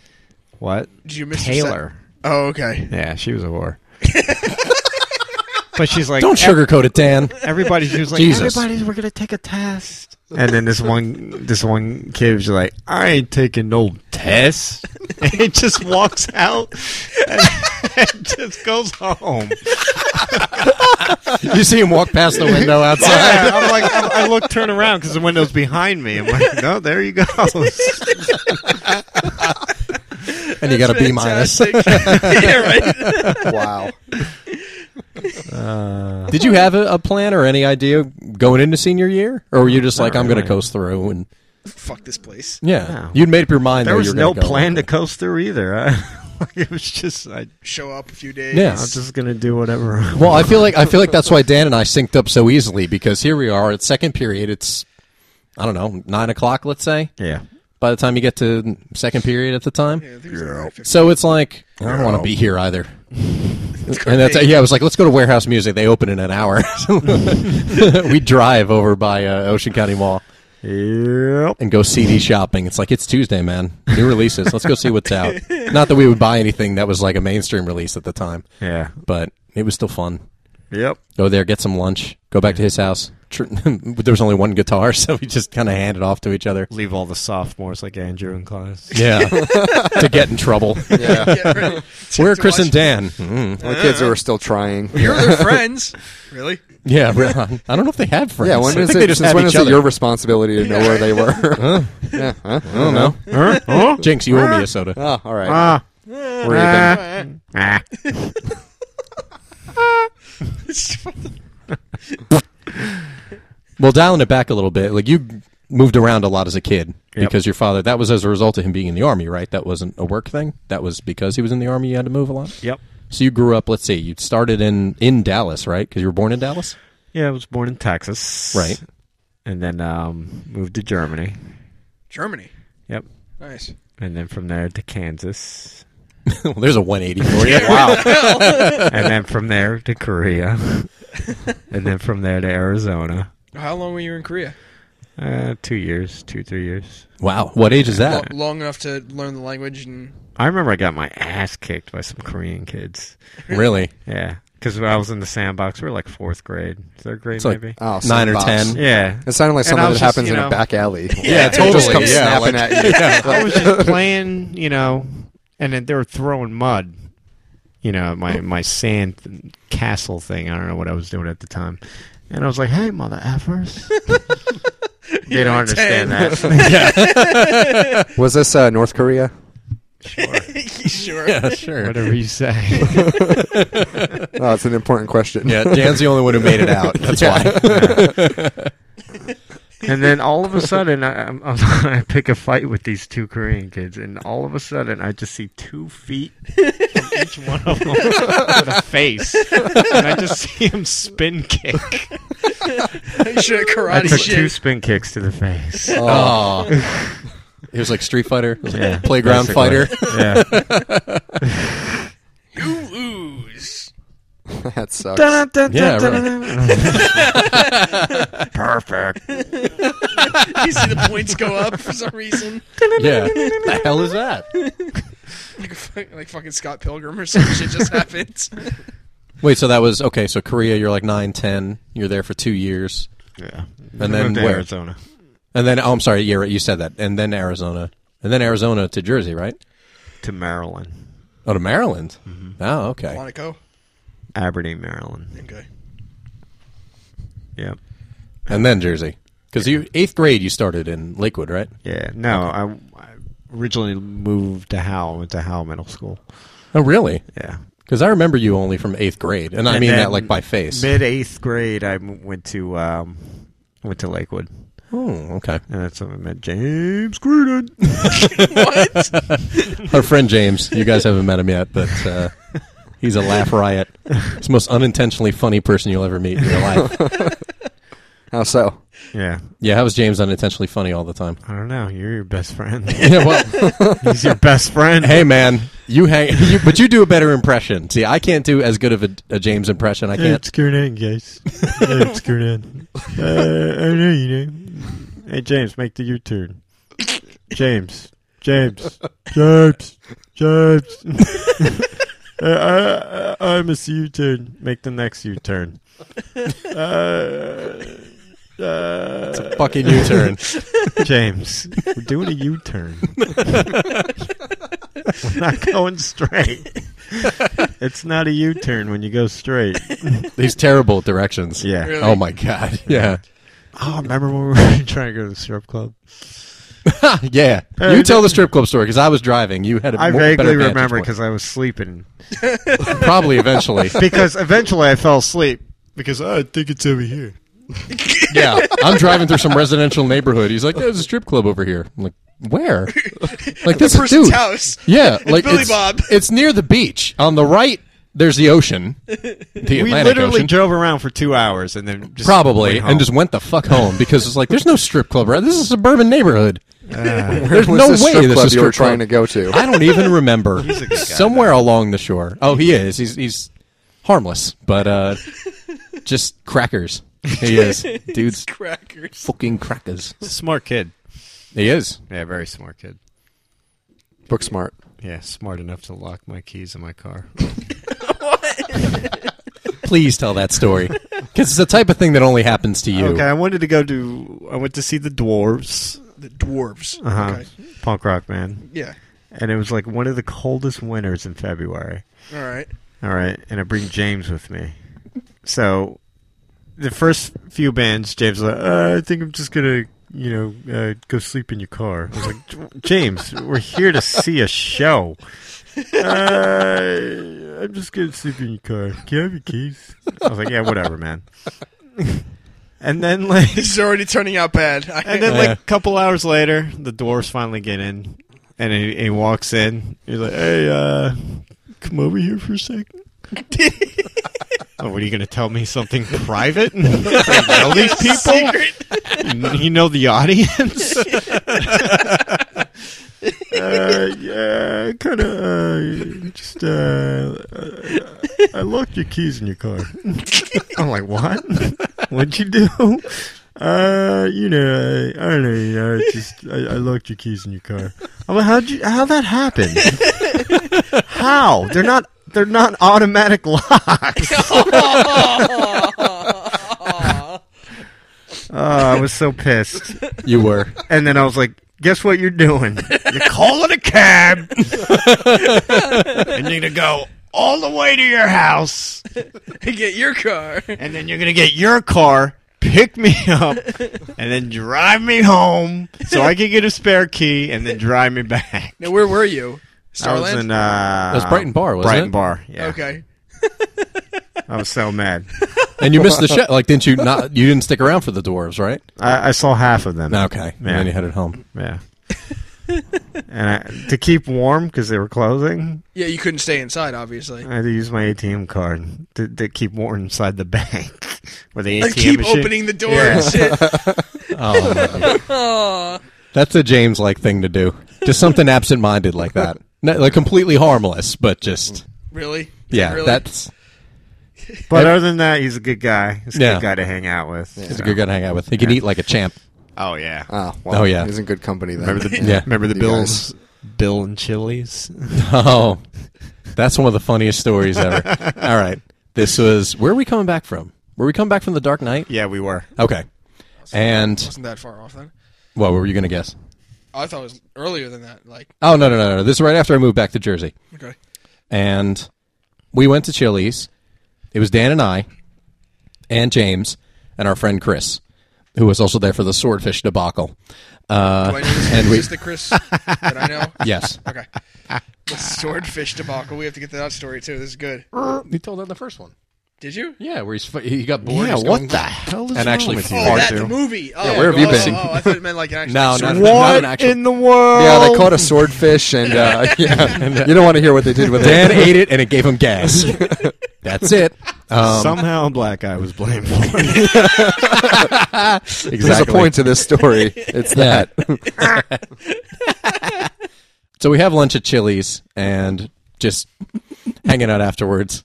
what
Did you miss
Taylor.
Oh, okay.
Yeah, she was a whore. but she's like,
Don't sugarcoat it, Dan.
everybody. She was like,
Jesus.
everybody's we're gonna take a test. And then this one, this one kid was like, I ain't taking no test. And he just walks out and, and just goes home.
You see him walk past the window outside.
Yeah, I'm like, I'm, I look, turn around because the window's behind me. I'm like, no, there you go.
and you got a B minus.
Fantastic. yeah, right.
wow.
Uh,
Did you have a, a plan or any idea going into senior year, or were you just like, I'm going to
really.
coast through? And
Fuck this place.
yeah,
No.
you'd made up your mind.
there
that
was
you were gonna go.
no plan to coast through either. I, like, it was just, I,
Show up a few days.
Yeah.
I'm just gonna do whatever. I
Well, I
want.
feel like I feel like that's why Dan and I synced up so easily because here we are at second period. It's I don't know nine o'clock, let's say.
yeah.
By the time you get to second period at the time,
Yeah, I think it was like 9:50.
so it's like I don't want to be here either. And that's
Great.
yeah, I was like, let's go to Warehouse Music. They open in an hour. we drive over by uh, Ocean County Mall.
Yep.
and go CD shopping. It's like it's Tuesday, man. New releases. Let's go see what's out. Not that we would buy anything that was like a mainstream release at the time,
Yeah.
but it was still fun.
Yep.
Go there, get some lunch, go back to his house. Tr- there was only one guitar, so we just kind of handed off to each other.
Leave all the sophomores like Andrew in class.
Yeah, to get in trouble.
Yeah,
Yeah, right.
Where are
To
Chris
watch-
and Dan? Mm.
the kids who are still trying.
You're their friends. Really?
Yeah, re- I don't know if they had friends.
Yeah, when
I
is
think
it?
they just
since
have
when
each
is it
other.
your responsibility to know where they were? yeah, huh?
I don't know.
Huh? Huh?
Jinx, you owe me a soda.
Oh, all right.
Ah.
We're even.
Ah.
Well, dialing it back a little bit, like you moved around a lot as a kid
Yep.
because your father. That was as a result of him being in the army, right? That wasn't a work thing. That was because he was in the army. You had to move a lot.
Yep.
So you grew up. Let's see, you started in in Dallas, right? Because you were born in Dallas,
Yeah, I was born in Texas.
right?
And then um, moved to Germany.
Germany.
Yep.
Nice.
And then from there to Kansas.
well, there's a 180 for you.
and then from there to Korea. and then from there to Arizona.
How long were you in Korea?
Uh, two years, two, three years.
wow, what age is
Lo-
that?
long enough to learn the language and
I remember I got my ass kicked by some Korean kids.
really?
Yeah. Because I was in the sandbox. We were like fourth grade, third grade,
It's like- uh,
maybe.
Oh,
Nine or
sandbox.
ten?
yeah.
It sounded like
And
something
I
that
was just,
happens
you
in
know-
a back alley.
Yeah,
It just
totally.
comes
Yeah,
snapping
like-
at you.
I was just playing, you know, and then they were throwing mud, you know, at my my sand th- castle thing. I don't know what I was doing at the time, and I was like, "Hey, mother effers!" they don't understand that.
Was this uh, North Korea?
sure.
Yeah, sure.
Whatever you say.
Oh, it's an important question.
Yeah, Dan's the only one who made it out. That's why.
and then all of a sudden, I, I'm, I'm, I pick a fight with these two Korean kids, and all of a sudden, I just see two feet from each one of them with a face, and I just see him spin kick.
Sure,
I
karate
took two
shit.
spin kicks to the face.
Oh,
Oh. He was like Street Fighter, It was like
Yeah,
playground
basically.
fighter.
Yeah.
You lose.
that sucks.
Yeah,
Perfect.
You see the points go up for some reason.
yeah, the hell is that?
Like, a fuck- like fucking Scott Pilgrim or some shit just happens.
Wait, so that was okay. So Korea, you're like nine, ten. You're there for two years,
Yeah.
and then
Moved to
where?
Arizona.
And then oh, I'm sorry, yeah, right, you said that. And then Arizona, and then Arizona to Jersey, right?
To Maryland.
Oh, to Maryland.
Mm-hmm.
Oh, okay.
Want to go?
Aberdeen, Maryland.
Okay.
Yeah.
and then Jersey. Because you eighth grade, you started in Lakewood, right?
Yeah. No, I, I originally moved to Howell. Went to Howell Middle School.
Oh, really?
Yeah.
Because I remember you only from eighth grade, and I
And
mean
then
that like by face.
Mid eighth grade, I m- went to um, went to Lakewood,
oh, okay.
and that's when I met James Gruden.
Our friend James, you guys haven't met him yet, but uh, he's a laugh riot. He's the most unintentionally funny person you'll ever meet in your life.
How so?
yeah.
yeah, how was James unintentionally funny all the time?
I don't know. You're your best friend.
Yeah, well,
He's your best friend.
hey man, you hang, you, but you do a better impression. See, I can't do as good of a, a James impression. I can't.
It's Gruden, guys. it's Gruden. Uh, I know you know. Hey, James, make the U-turn. James, James, James, James. Uh, I, I, I miss the U-turn. Make the next U-turn. Uh,
It's
uh,
a fucking U turn.
James, we're doing a U-turn. we're not going straight. It's not a U-turn when you go straight.
He's terrible at directions.
Yeah.
Really?
Oh my god. Yeah.
Oh, remember when we were trying to go to the strip club?
yeah.
Hey,
You tell the strip club story because I was driving. You had a
I
more,
vaguely
better vantage
remember
point.
because I was sleeping.
probably eventually.
Because eventually I fell asleep because I think it's over here.
yeah. I'm driving through some residential neighborhood. He's like, "There's a strip club over here." I'm like, "Where?" Like this
the person's
dude.
house.
Yeah, like
Billy
it's,
Bob.
It's near the beach. On the right, there's the ocean, the
We
Atlantic
literally
Ocean.
drove around for two hours and then just
Probably,
went home.
and just went the fuck home because it's like there's no strip club. Right? This is a suburban neighborhood.
Ah,
Was
There's no
this
way
strip
this
club
is
you were
strip club.
trying to go to.
I don't even remember.
a good guy,
Somewhere along the shore. Oh, he is. He's he's harmless, but uh, just crackers. He is. Dude's
Crackers.
fucking crackers.
smart kid.
He is.
Yeah, very smart kid.
Book smart.
Yeah, smart enough to lock my keys in my car.
Please tell that story because it's the type of thing that only happens to you.
Okay, I wanted to go to. I went to see the Dwarves,
The dwarves.
uh-huh.
Okay.
punk rock band,
Yeah.
and it was like one of the coldest winters in February.
All right.
All right, and I bring James with me. So, the first few bands, James was like, uh, I think I'm just gonna, you know, uh, go sleep in your car. I was like, "J- James, we're here to see a show. Uh, I'm just gonna sleep in your car. Can I have your keys? I was like, yeah, whatever, man. and then like,
This is already turning out bad. I,
and then
Yeah.
like a couple hours later, the dwarfs finally get in, and he, he walks in. He's like, "Hey, uh, come over here for a second. oh, what are you going to tell me something private? you know these people? You, you know the audience? uh, yeah, kind of. Uh, just uh, I locked your keys in your car. I'm like, what? What'd you do? Uh, you know, I, I don't know. You know, it's just I, I locked your keys in your car. I'm like, how'd you? How that happen? how? Oh, They're not. They're not automatic locks. oh, I was so pissed.
You were.
And then I was like, guess what you're doing? You're calling a cab. and you're going to go all the way to your house.
get your car.
And then you're going to get your car, pick me up, and then drive me home so I can get a spare key and then drive me back.
Now, where were you?
I was in,
Starland?
uh,
That's Brighton Bar, wasn't it?
Brighton Bar, yeah.
Okay.
I was so mad.
And you missed the show. Like, didn't you? Not you didn't stick around for the dwarves, right?
I, I saw half of them.
Okay. And
Yeah.
then you headed home.
Yeah. and I, to keep warm because they were closing,
Yeah, you couldn't stay inside, obviously.
I had to use my ATM card to, to keep warm inside the bank. Where the ATM
I keep
machine-
opening the door
Yeah.
and shit.
Oh,
Oh,
That's a James like thing to do. Just something absent minded like that. Not, like completely harmless, but just
Really?
yeah.
Really?
That's
But other than that, he's a good guy. He's a
Yeah.
good guy to hang out with.
he's a good guy to hang out with. He can eat like a champ.
Oh yeah.
Oh, well,
Oh, yeah.
He's in good company then.
Remember the
Yeah.
remember the
You
Bills Bill and Chili's?
Oh, that's one of the funniest stories ever. All right, this was where are we coming back from? Were we coming back from the Dark Knight?
yeah, we were.
Okay, and
Wasn't that far off then? Oh,
what were you gonna guess?
I thought it was earlier than that. Like,
Oh no no no no! This is right after I moved back to Jersey.
okay.
and we went to Chili's. It was Dan and I, and James, and our friend Chris, who was also there for the swordfish debacle. Uh,
Do I know this,
and
is
we,
this the Chris that I know?
yes,
Okay. The swordfish debacle. We have to get to that story too. This is good.
he told that in the first one.
Did you?
Yeah, where he's, he got bored.
Yeah,
he's
what
going-
the hell is
and
wrong
actually
with
Oh,
you?
Oh,
Part
that
two.
the movie. Oh,
where have you
oh,
been?
Oh, I thought it meant like an actual.
No,
sword.
no, no.
What
an actual-
in the world?
Yeah, they caught a swordfish, and uh, yeah, you don't want to hear what they did with
Dan
it.
ate it, and it gave him gas. That's it. Um,
Somehow a black guy was blamed for it.
exactly.
There's a point to this story. It's that.
So we have lunch at Chili's and just hanging out afterwards.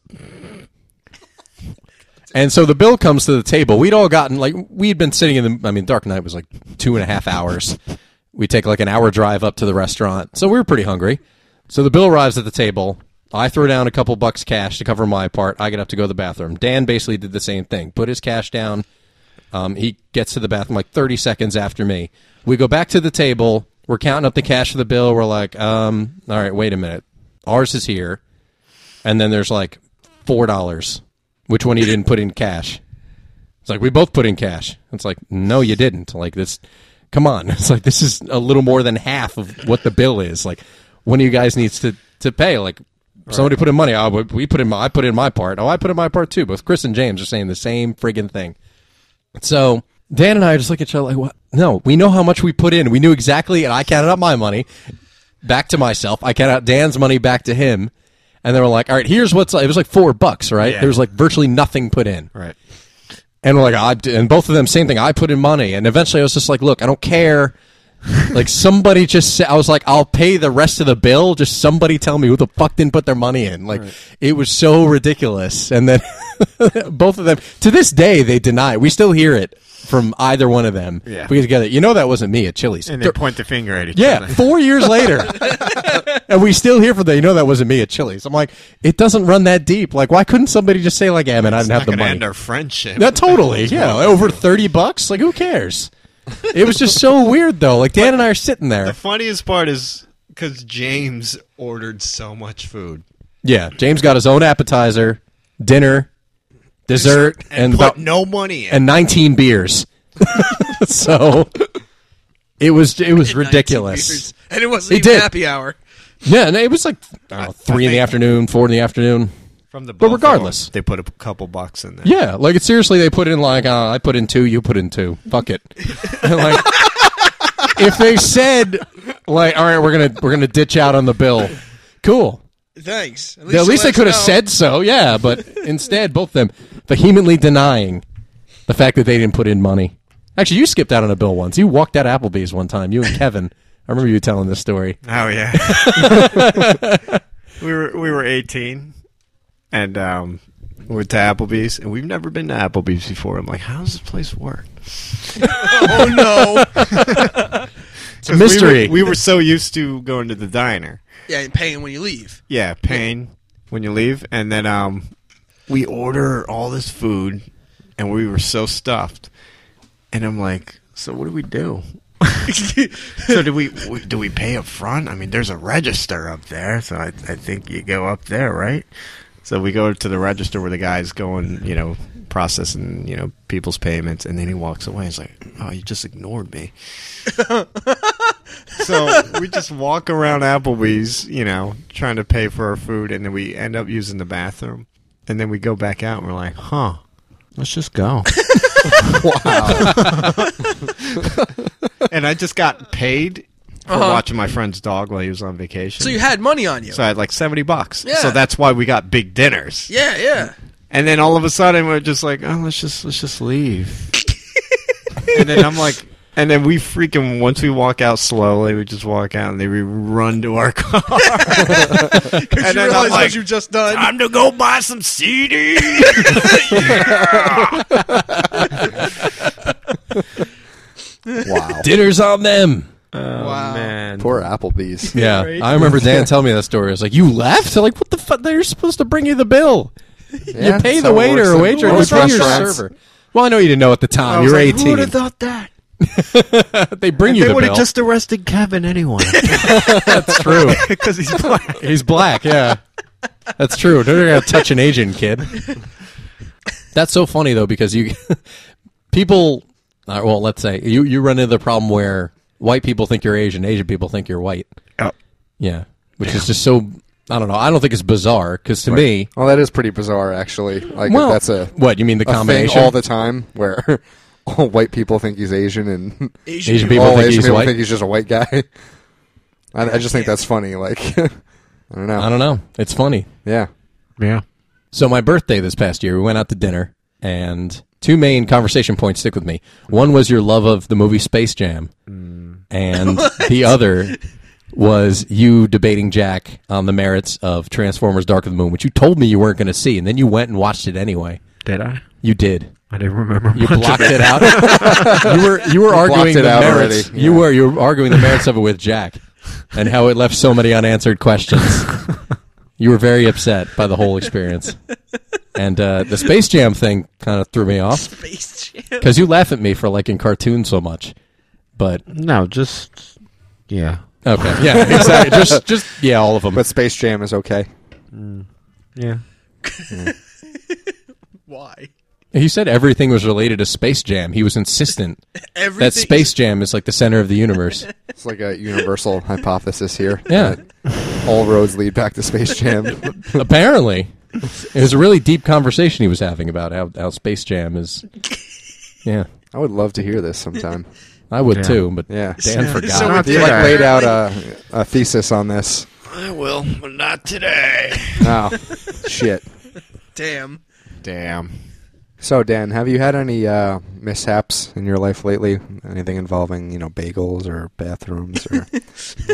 And so the bill comes to the table. We'd all gotten like we'd been sitting in the. I mean, Dark Knight was like two and a half hours. We take like an hour drive up to the restaurant, so we were pretty hungry. So the bill arrives at the table. I throw down a couple bucks cash to cover my part. I get up to go to the bathroom. Dan basically did the same thing. Put his cash down. Um, he gets to the bathroom like 30 seconds after me. We go back to the table. We're counting up the cash of the bill. We're like, um, all right, wait a minute. Ours is here. And then there's like $4, which one you didn't put in cash. It's like, we both put in cash. It's like, no, you didn't. Like, this, come on. It's like, this is a little more than half of what the bill is. Like, one of you guys needs to, to pay. Like, somebody put in money. Oh, we- we put in my, I put in my part. Oh, I put in my part too. Both Chris and James are saying the same friggin' thing. So Dan and I just look at each other like, "What? No, we know how much we put in. We knew exactly." And I counted up my money back to myself. I counted out Dan's money back to him, and they were like, "All right, here's what's." It was like four bucks, right? There was like virtually nothing put in,
Right.
and we're like, "I." d- And both of them, same thing. I put in money, and eventually I was just like, "Look, I don't care." like somebody just said, I was like, I'll pay the rest of the bill. Just somebody tell me who the fuck didn't put their money in. Like it was so ridiculous. And then both of them, to this day, they deny. it. We still hear it from either one of them.
Yeah.
We get together. You know that wasn't me at Chili's.
And they point the finger at each
yeah,
other.
four years later, and we still hear from them. You know that wasn't me at Chili's. I'm like, it doesn't run that deep. Like, why couldn't somebody just say like, "Yeah, man, I didn't have the
Gonna
money."
end our friendship.
That totally, yeah. Over thirty bucks, like who cares? It was just so weird though. Like Dan and I are sitting there.
The funniest part is because James ordered so much food.
Yeah, James got his own appetizer, dinner, dessert, and
Put
about
no money in.
and nineteen beers. so it was it was ridiculous.
And it wasn't
He
even
did.
happy hour.
Yeah, and it was like I don't know, three in the afternoon, four in the afternoon.
From the
But
both of
regardless.
them, they put a p- couple bucks in there.
Yeah, like it, seriously, they put in like uh, I put in two, you put in two. Fuck it. And, like, if they said like, all right, we're gonna we're gonna ditch out on the bill, cool.
Thanks. At
At least
you
they
let
could have
us know.
said so, yeah. But instead, both of them vehemently denying the fact that they didn't put in money. Actually, you skipped out on a bill once. You walked out of Applebee's one time. You and Kevin. I remember you telling this story.
Oh yeah. we were we were eighteen, and um, we went to Applebee's, and we've never been to Applebee's before. I'm like, how does this place work?
Oh no.
It's a mystery.
We were, we were so used to going to the diner.
yeah, and paying when you leave.
Yeah, pain when you leave, and then um, we order all this food, and we were so stuffed, and I'm like, so what do we do? so do we we- do we pay up front? I mean, there's a register up there, so I, I think you go up there, right? So we go to the register where the guy's going, you know, processing, you know, people's payments, and then he walks away. He's like, "Oh, you just ignored me." so we just walk around Applebee's, you know, trying to pay for our food, and then we end up using the bathroom, and then we go back out, and we're like, "Huh, let's just go."
Wow.
and I just got paid for
Uh-huh.
watching my friend's dog while he was on vacation.
So you had money on you.
So I had like seventy bucks.
Yeah.
So that's why we got big dinners.
yeah, yeah.
And then all of a sudden we're just like, oh, let's just let's just leave. and then I'm like, And then we freaking once we walk out slowly, we just walk out and then we run to our car.
Because you
then I'm
realize what
like,
you just done.
Time to go buy some CDs.
Wow.
Dinner's on them.
wow.
Man,
Poor Applebee's.
Yeah, I remember Dan telling me that story. I was like, "You left? They're like, what the fuck? They're supposed to bring you the bill.
Yeah,
you pay
that's
the
how it
waiter
works
or
in
waiter, you
most
pay your
restaurants.
server." Well, I know you didn't know at the time. You were eighteen.
thought that?
they bring you
They
the
would
bill.
have just arrested Kevin anyway.
That's true.
Because he's black.
He's black. Yeah, that's true. They're gonna touch an Asian kid. That's so funny though because you people. Uh, well, let's say you you run into the problem where white people think you're Asian, Asian people think you're white.
Oh.
Yeah, which is just so. I don't know. I don't think it's bizarre because to me,
Well, that is pretty bizarre, actually. Like
well,
that's a,
what you mean
a
the
thing
combination
all the time where all white people think he's Asian and
Asian
Asian
people.
people
all
think
Asian
he's
people
white.
think he's just a white guy. I, I just think that's funny. Like, I don't know.
I don't know. It's funny.
yeah.
Yeah.
So my birthday this past year, we went out to dinner, and two main conversation points stick with me. One was your love of the movie Space Jam, and the other was you debating Jack on the merits of Transformers: Dark of the Moon, which you told me you weren't going to see, and then you went and watched it anyway.
Did I?
You did.
I didn't remember.
You blocked it out. you were you were arguing
blocked it
the
out
merits.
already,
You
yeah.
were you were arguing the merits of it with Jack, and how it left so many unanswered questions. you were very upset by the whole experience, and uh, the Space Jam thing kind of threw me off
Space Jam.
because you laugh at me for liking cartoons so much. But
No, just yeah.
okay, yeah, exactly. just just yeah, all of them.
But Space Jam is okay.
Yeah.
Why?
he said everything was related to Space Jam. He was insistent
Everything.
that Space Jam is like the center of the universe.
It's like a universal hypothesis here.
Yeah.
that all roads lead back to Space Jam.
Apparently, it was a really deep conversation he was having about how, how Space Jam is. Yeah,
I would love to hear this sometime.
I would
Yeah.
too, but
Yeah.
Dan
So-
forgot.
so-
You like laid out a, a thesis on this.
I will, but not today.
Oh, shit.
Damn.
Damn.
So Dan, have you had any uh, mishaps in your life lately? Anything involving you know bagels or bathrooms or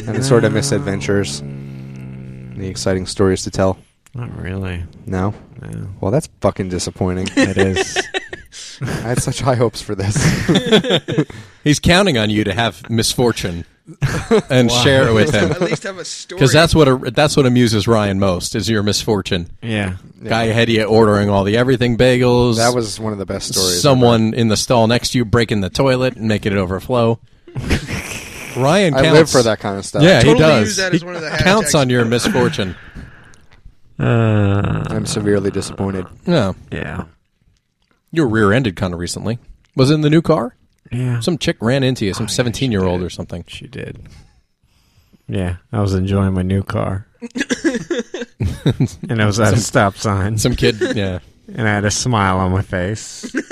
any sort of misadventures? Any exciting stories to tell?
Not really.
No.
No.
Well, that's fucking disappointing.
It is.
I had such high hopes for this.
He's counting on you to have misfortune and share it with
At
him
least have a story.
because that's what a, that's what amuses Ryan most is your misfortune.
yeah.
Guy ahead of you ordering all the everything bagels.
That was one of the best stories.
someone in the stall next to you breaking the toilet and making it overflow. Ryan,
I
counts.
live for that kind of stuff.
Yeah, he
Totally
does.
use that
he
as one of the
counts
hashtags.
on your misfortune.
Uh,
I'm severely disappointed.
No.
yeah.
You were rear-ended kind of recently. Was it in the new car?
Yeah.
Some chick ran into you, some seventeen-year-old or something.
She did. Yeah, I was enjoying my new car. and I was at a stop sign,
Some kid, yeah.
and I had a smile on my face.
It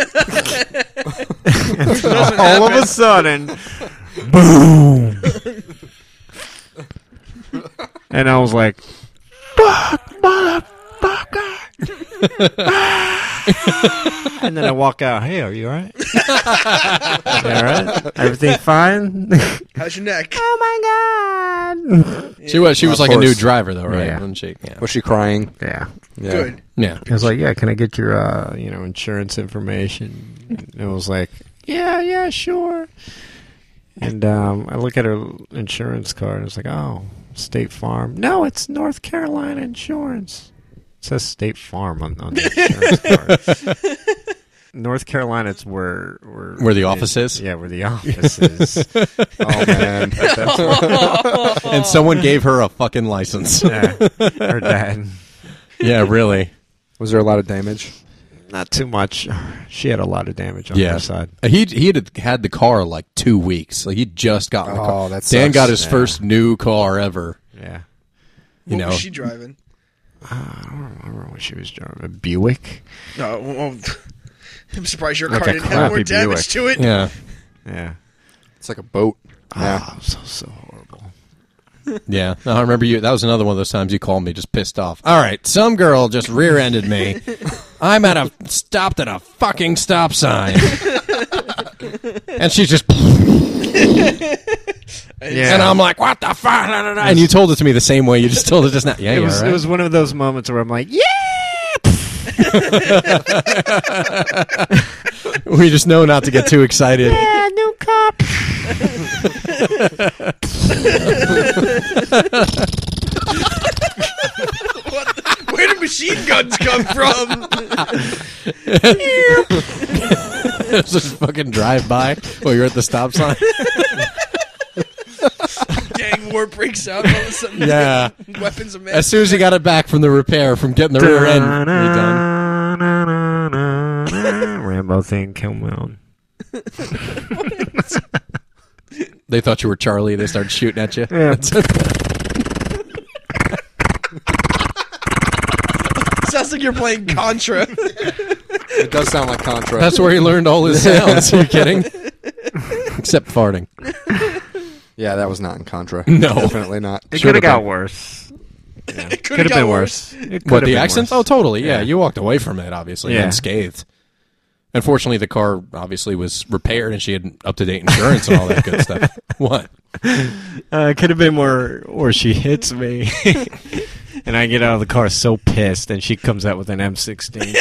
doesn't
All of
happen.
a sudden, boom! and I was like, "Fuck, motherfucker!" and then I walk out. Hey, are you all right? you all right? Everything fine?
How's your neck?
oh my god!
She was. She was like a new
course.
driver, though, right?
Yeah.
Wasn't she? Yeah.
Was she crying?
Yeah.
Yeah.
Good.
yeah.
I was like, "Yeah, can I get your uh, you know insurance information?" And it was like, "Yeah, yeah, sure." And um, I look at her insurance card. and It's like, "Oh, State Farm." No, it's North Carolina Insurance. It says State Farm on, on the insurance card. North Carolina, it's where where
Where the office is?
Yeah, where the office is.
Oh man.
And someone gave her a fucking license.
yeah, her dad.
yeah, really.
was there a lot of damage?
Not too much. She had a lot of damage on
Yeah.
her side.
He he had had the car like two weeks. Like he just got the
Oh,
car.
that
Dan
sucks.
got his
Yeah.
first new car ever.
Yeah.
You
what
know,
was she driving?
I don't remember what she was driving. A Buick.
No, well, well, I'm surprised your
Like
car
a
didn't have more
crappy
damage to it.
yeah,
Yeah.
It's like a boat. Yeah.
Oh, so so horrible.
yeah. No, I remember you. That was another one of those times you called me just pissed off. All right, some girl just rear-ended me. I'm at a stopped at a fucking stop sign. and she's just.
Yeah.
And I'm like, what the fuck? Nah, nah, nah. And you told it to me the same way you just told it just now. Yeah,
it
yeah,
was
right.
it was one of those moments where I'm like, yeah.
we just know not to get too excited.
Yeah, new cop.
Where do machine guns come from?
It's just fucking drive by while you're at the stop sign.
Gang war breaks out. All of a sudden,
yeah.
weapons are made.
As soon as you got it back from the repair, from getting the rear end, you're done.
Rambo thing, Kill Moon.
They thought you were Charlie. They started shooting at you.
Yeah.
That's it.
sounds like you're playing Contra.
It does sound like Contra.
That's where he learned all his sounds. Are you kidding? Except farting.
yeah, that was not in Contra.
No.
Definitely not.
It
Should've
could have got
been.
worse.
it
Could have been worse. It could
What
have
the
been
accent?
worse.
Oh, totally. Yeah.
Yeah.
you walked away from it obviously
Yeah.
unscathed. Unfortunately, the car obviously was repaired, and she had up to date insurance and all that good stuff. What?
Uh, it could have been where where she hits me, and I get out of the car so pissed, and she comes out with an M16.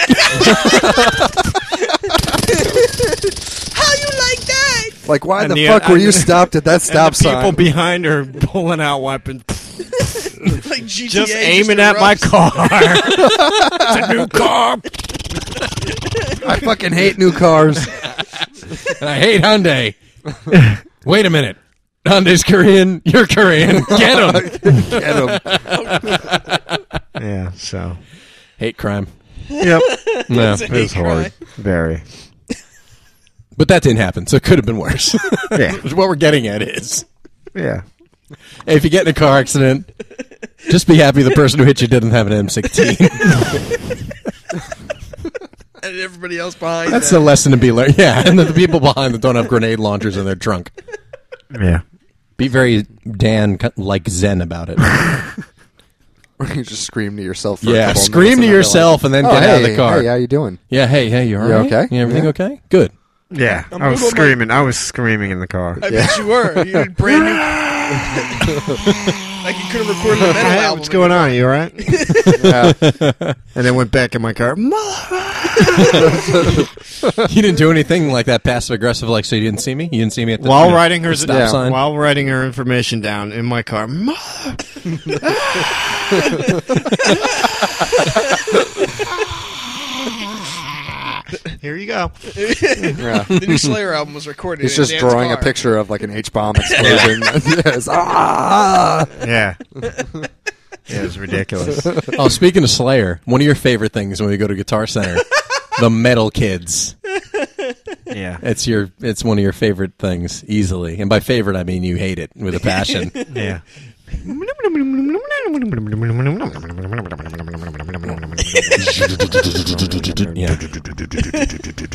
How you like that?
Like, why
And
the,
the- uh,
fuck were
and
you
the-
stopped at that stop
and the People
sign?
behind her pulling out weapons,
Like GTA.
just aiming at my
erupts.
car. it's a new car.
I fucking hate new cars.
And I hate Hyundai. Wait a minute. Hyundai's Korean. You're Korean. Get him.
Get 'em.
Yeah. So.
hate crime.
Yep.
No,
It's a hate crime.
Very.
but that didn't happen, so it could have been worse.
Yeah.
what we're getting at is,
Yeah.
hey, if you get in a car accident, just be happy the person who hit you didn't have an M16.
and everybody else behind.
That's the
them.
lesson to be learned. Yeah, and the people behind them don't have grenade launchers in their trunk.
Yeah.
Be very Dan like Zen about it.
Or you just scream to yourself. For a
yeah,
couple of
scream
minutes
to
and not
yourself and then
be like,
get
"Oh,
out of
hey,
the car.
Hey, how you doing?
yeah, hey, hey, you all
You
right?
okay?
You everything
Yeah.
okay? Good.
Yeah. I
Google
was
my-
screaming. I was screaming in the car.
I bet you were. You had brand new. like you could have recorded a metal
Hey,
album.
what's going on? You all right?
Yeah.
And then went back in my car.
You didn't do anything like that passive aggressive, like so you didn't see me. You didn't see me at the
while
you know,
writing her
stop
yeah,
sign.
while writing her information down in my car. Mother- Here you go.
yeah.
The new Slayer album was recorded.
He's
in
just
Dan's
drawing a
car.
picture of like an H bomb explosion. yes. Ah!
Yeah. Yeah, it was ridiculous.
Oh, speaking of Slayer, one of your favorite things when we go to Guitar Center, the Metal Kids.
Yeah.
It's your, it's one of your favorite things easily, and by favorite I mean you hate it with a passion.
Yeah.
yeah.
Yeah,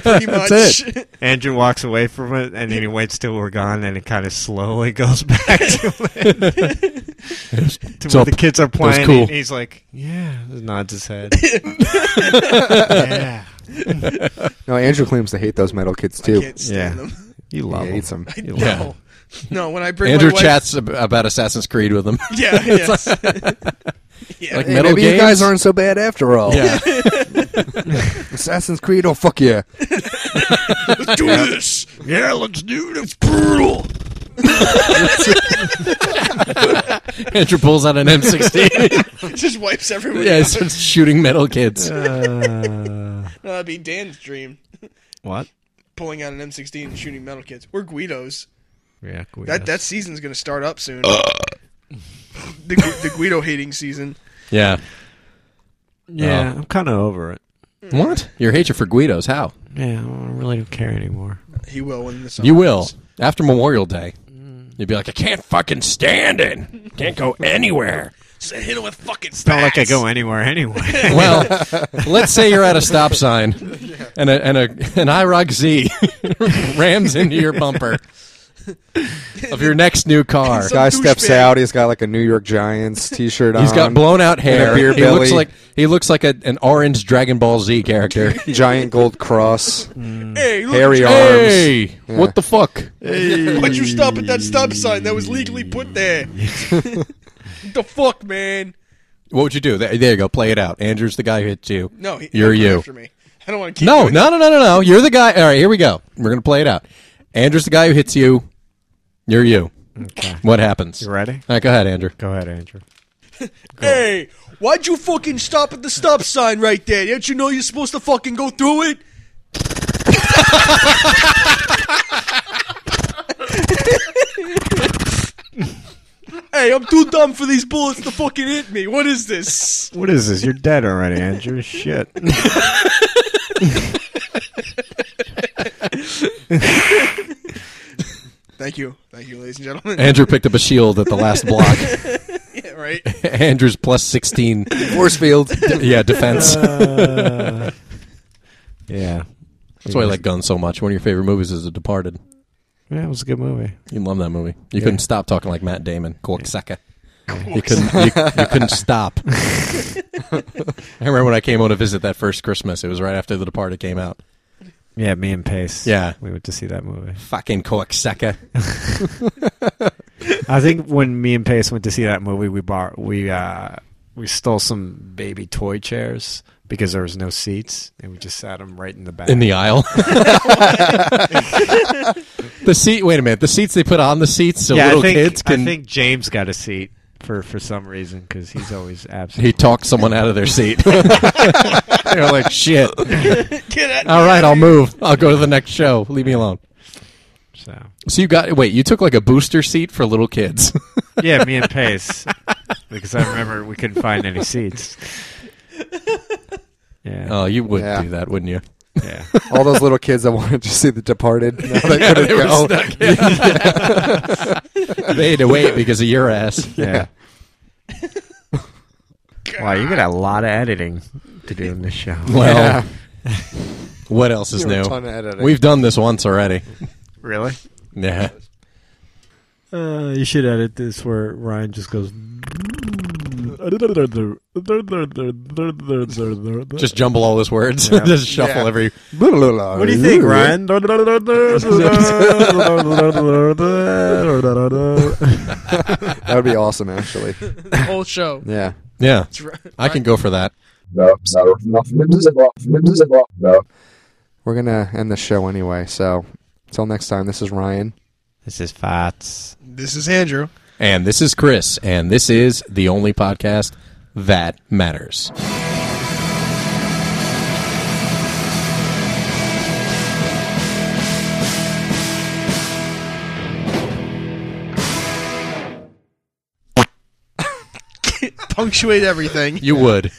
pretty much.
That's
Andrew walks away from it and then he waits till we're gone and it kind of slowly goes back to, it, to
So
where the kids are playing.
cool.
and he's like, yeah, nods his head. yeah.
No, Andrew claims to hate those metal kids too.
Can't stand
Yeah.
them.
He
You love
hates them.
No,
Yeah.
no. When I bring
Andrew
my wife,
chats ab- about Assassin's Creed with him.
Yeah, yes. yeah.
Like
Hey,
metal
maybe you
games?
guys aren't so bad after all.
Yeah.
Assassin's Creed, oh fuck yeah.
let's do this. Yeah, let's do it. It's brutal.
Andrew pulls out an M16.
It just wipes everyone.
yeah,
out.
he starts shooting metal kids.
Uh,
No, that'd be Dan's dream.
what?
Pulling out an M16 and shooting metal kids. We're Guidos.
Yeah, Guido.
That that season's gonna start up soon. the, Gu- the Guido hating season.
Yeah.
yeah, I'm kind of over it.
What? Your hatred for Guidos? How?
Yeah, I really don't care anymore.
He will in the summer.
You will after Memorial Day.
Mm.
You'd be like, I can't fucking stand it. Can't go anywhere.
Just hit him with fucking.
It's not like I go anywhere anyway.
Well, let's say you're at a stop sign and a, and a, an IROC Z rams into your bumper of your next new car.
Some
Guy steps
douchebag.
out. He's got like a New York Giants T-shirt on.
He's got blown out hair.
beer
he
belly.
looks like he looks like a, an orange Dragon Ball Z character.
giant gold cross,
Hey, look,
hairy arms.
hey, what the fuck?
why'd you stop at that stop sign that was legally put there? what the fuck, man?
What would you do? There, there you go. Play it out. Andrew's the guy who hits you.
No, he,
you're
don't come
you.
After me. I don't want to keep.
No,
doing
no, no, no, no, no. You're the guy. All right, here we go. We're gonna play it out. Andrew's the guy who hits you. You're you.
Okay.
What happens?
You ready?
All right, go ahead, Andrew.
Go ahead, Andrew.
Hey, why'd you fucking stop at the stop sign right there? Don't you know you're supposed to fucking go through it? hey, I'm too dumb for these bullets to fucking hit me. What is this?
What is this? You're dead already, Andrew. Shit.
Thank you. Thank you, ladies and gentlemen.
Andrew picked up a shield at the last block.
yeah, right.
Andrew's plus sixteen.
Force field.
Yeah, defense.
Uh, yeah.
That's why I like Guns so much. One of your favorite movies is The Departed.
Yeah, it was a good movie.
You love that movie. You couldn't stop talking like Matt Damon. Corksucker. You couldn't. You, you couldn't stop. I remember when I came on to visit that first Christmas. It was right after The Departed came out.
Yeah, me and Pace.
Yeah.
We went to see that movie.
Fucking corksucker.
I think when me and Pace went to see that movie, we bar we uh, we stole some baby toy chairs because there was no seats, and we just sat them right in the back.
in the aisle. the seat. Wait a minute. The seats they put on the seats so
yeah,
little
I think,
kids can.
I think James got a seat for for some reason because he's always absent.
he talked someone out of their seat. They're like, shit.
Get out.
All right, I'll move. I'll go to the next show. Leave me alone.
So
So you got wait. You took like a booster seat for little kids.
yeah, me and Pace because I remember we couldn't find any seats. Yeah,
oh, you would
Yeah.
do that, wouldn't you?
yeah.
All those little kids that wanted to see The Departed. Now they couldn't
they were
go.
stuck. Oh. they had to wait because of your ass.
Yeah. wow, you got a lot of editing to do in this show.
Well, what else is
You were a ton
new?
of editing.
We've done this once already.
Really?
Yeah.
Uh, you should edit this where Ryan just goes. Just
Just jumble all those words. Just shuffle
Yeah.
every
what do you think, Ryan? That's
That would be awesome, actually.
The whole show.
Yeah.
Yeah,
That's right.
I can go for that.
We're going to end the show anyway. So until next time, this is Ryan.
This is Fats.
This is Andrew.
And this is Chris, and this is the only podcast that matters.
Punctuate everything.
You would.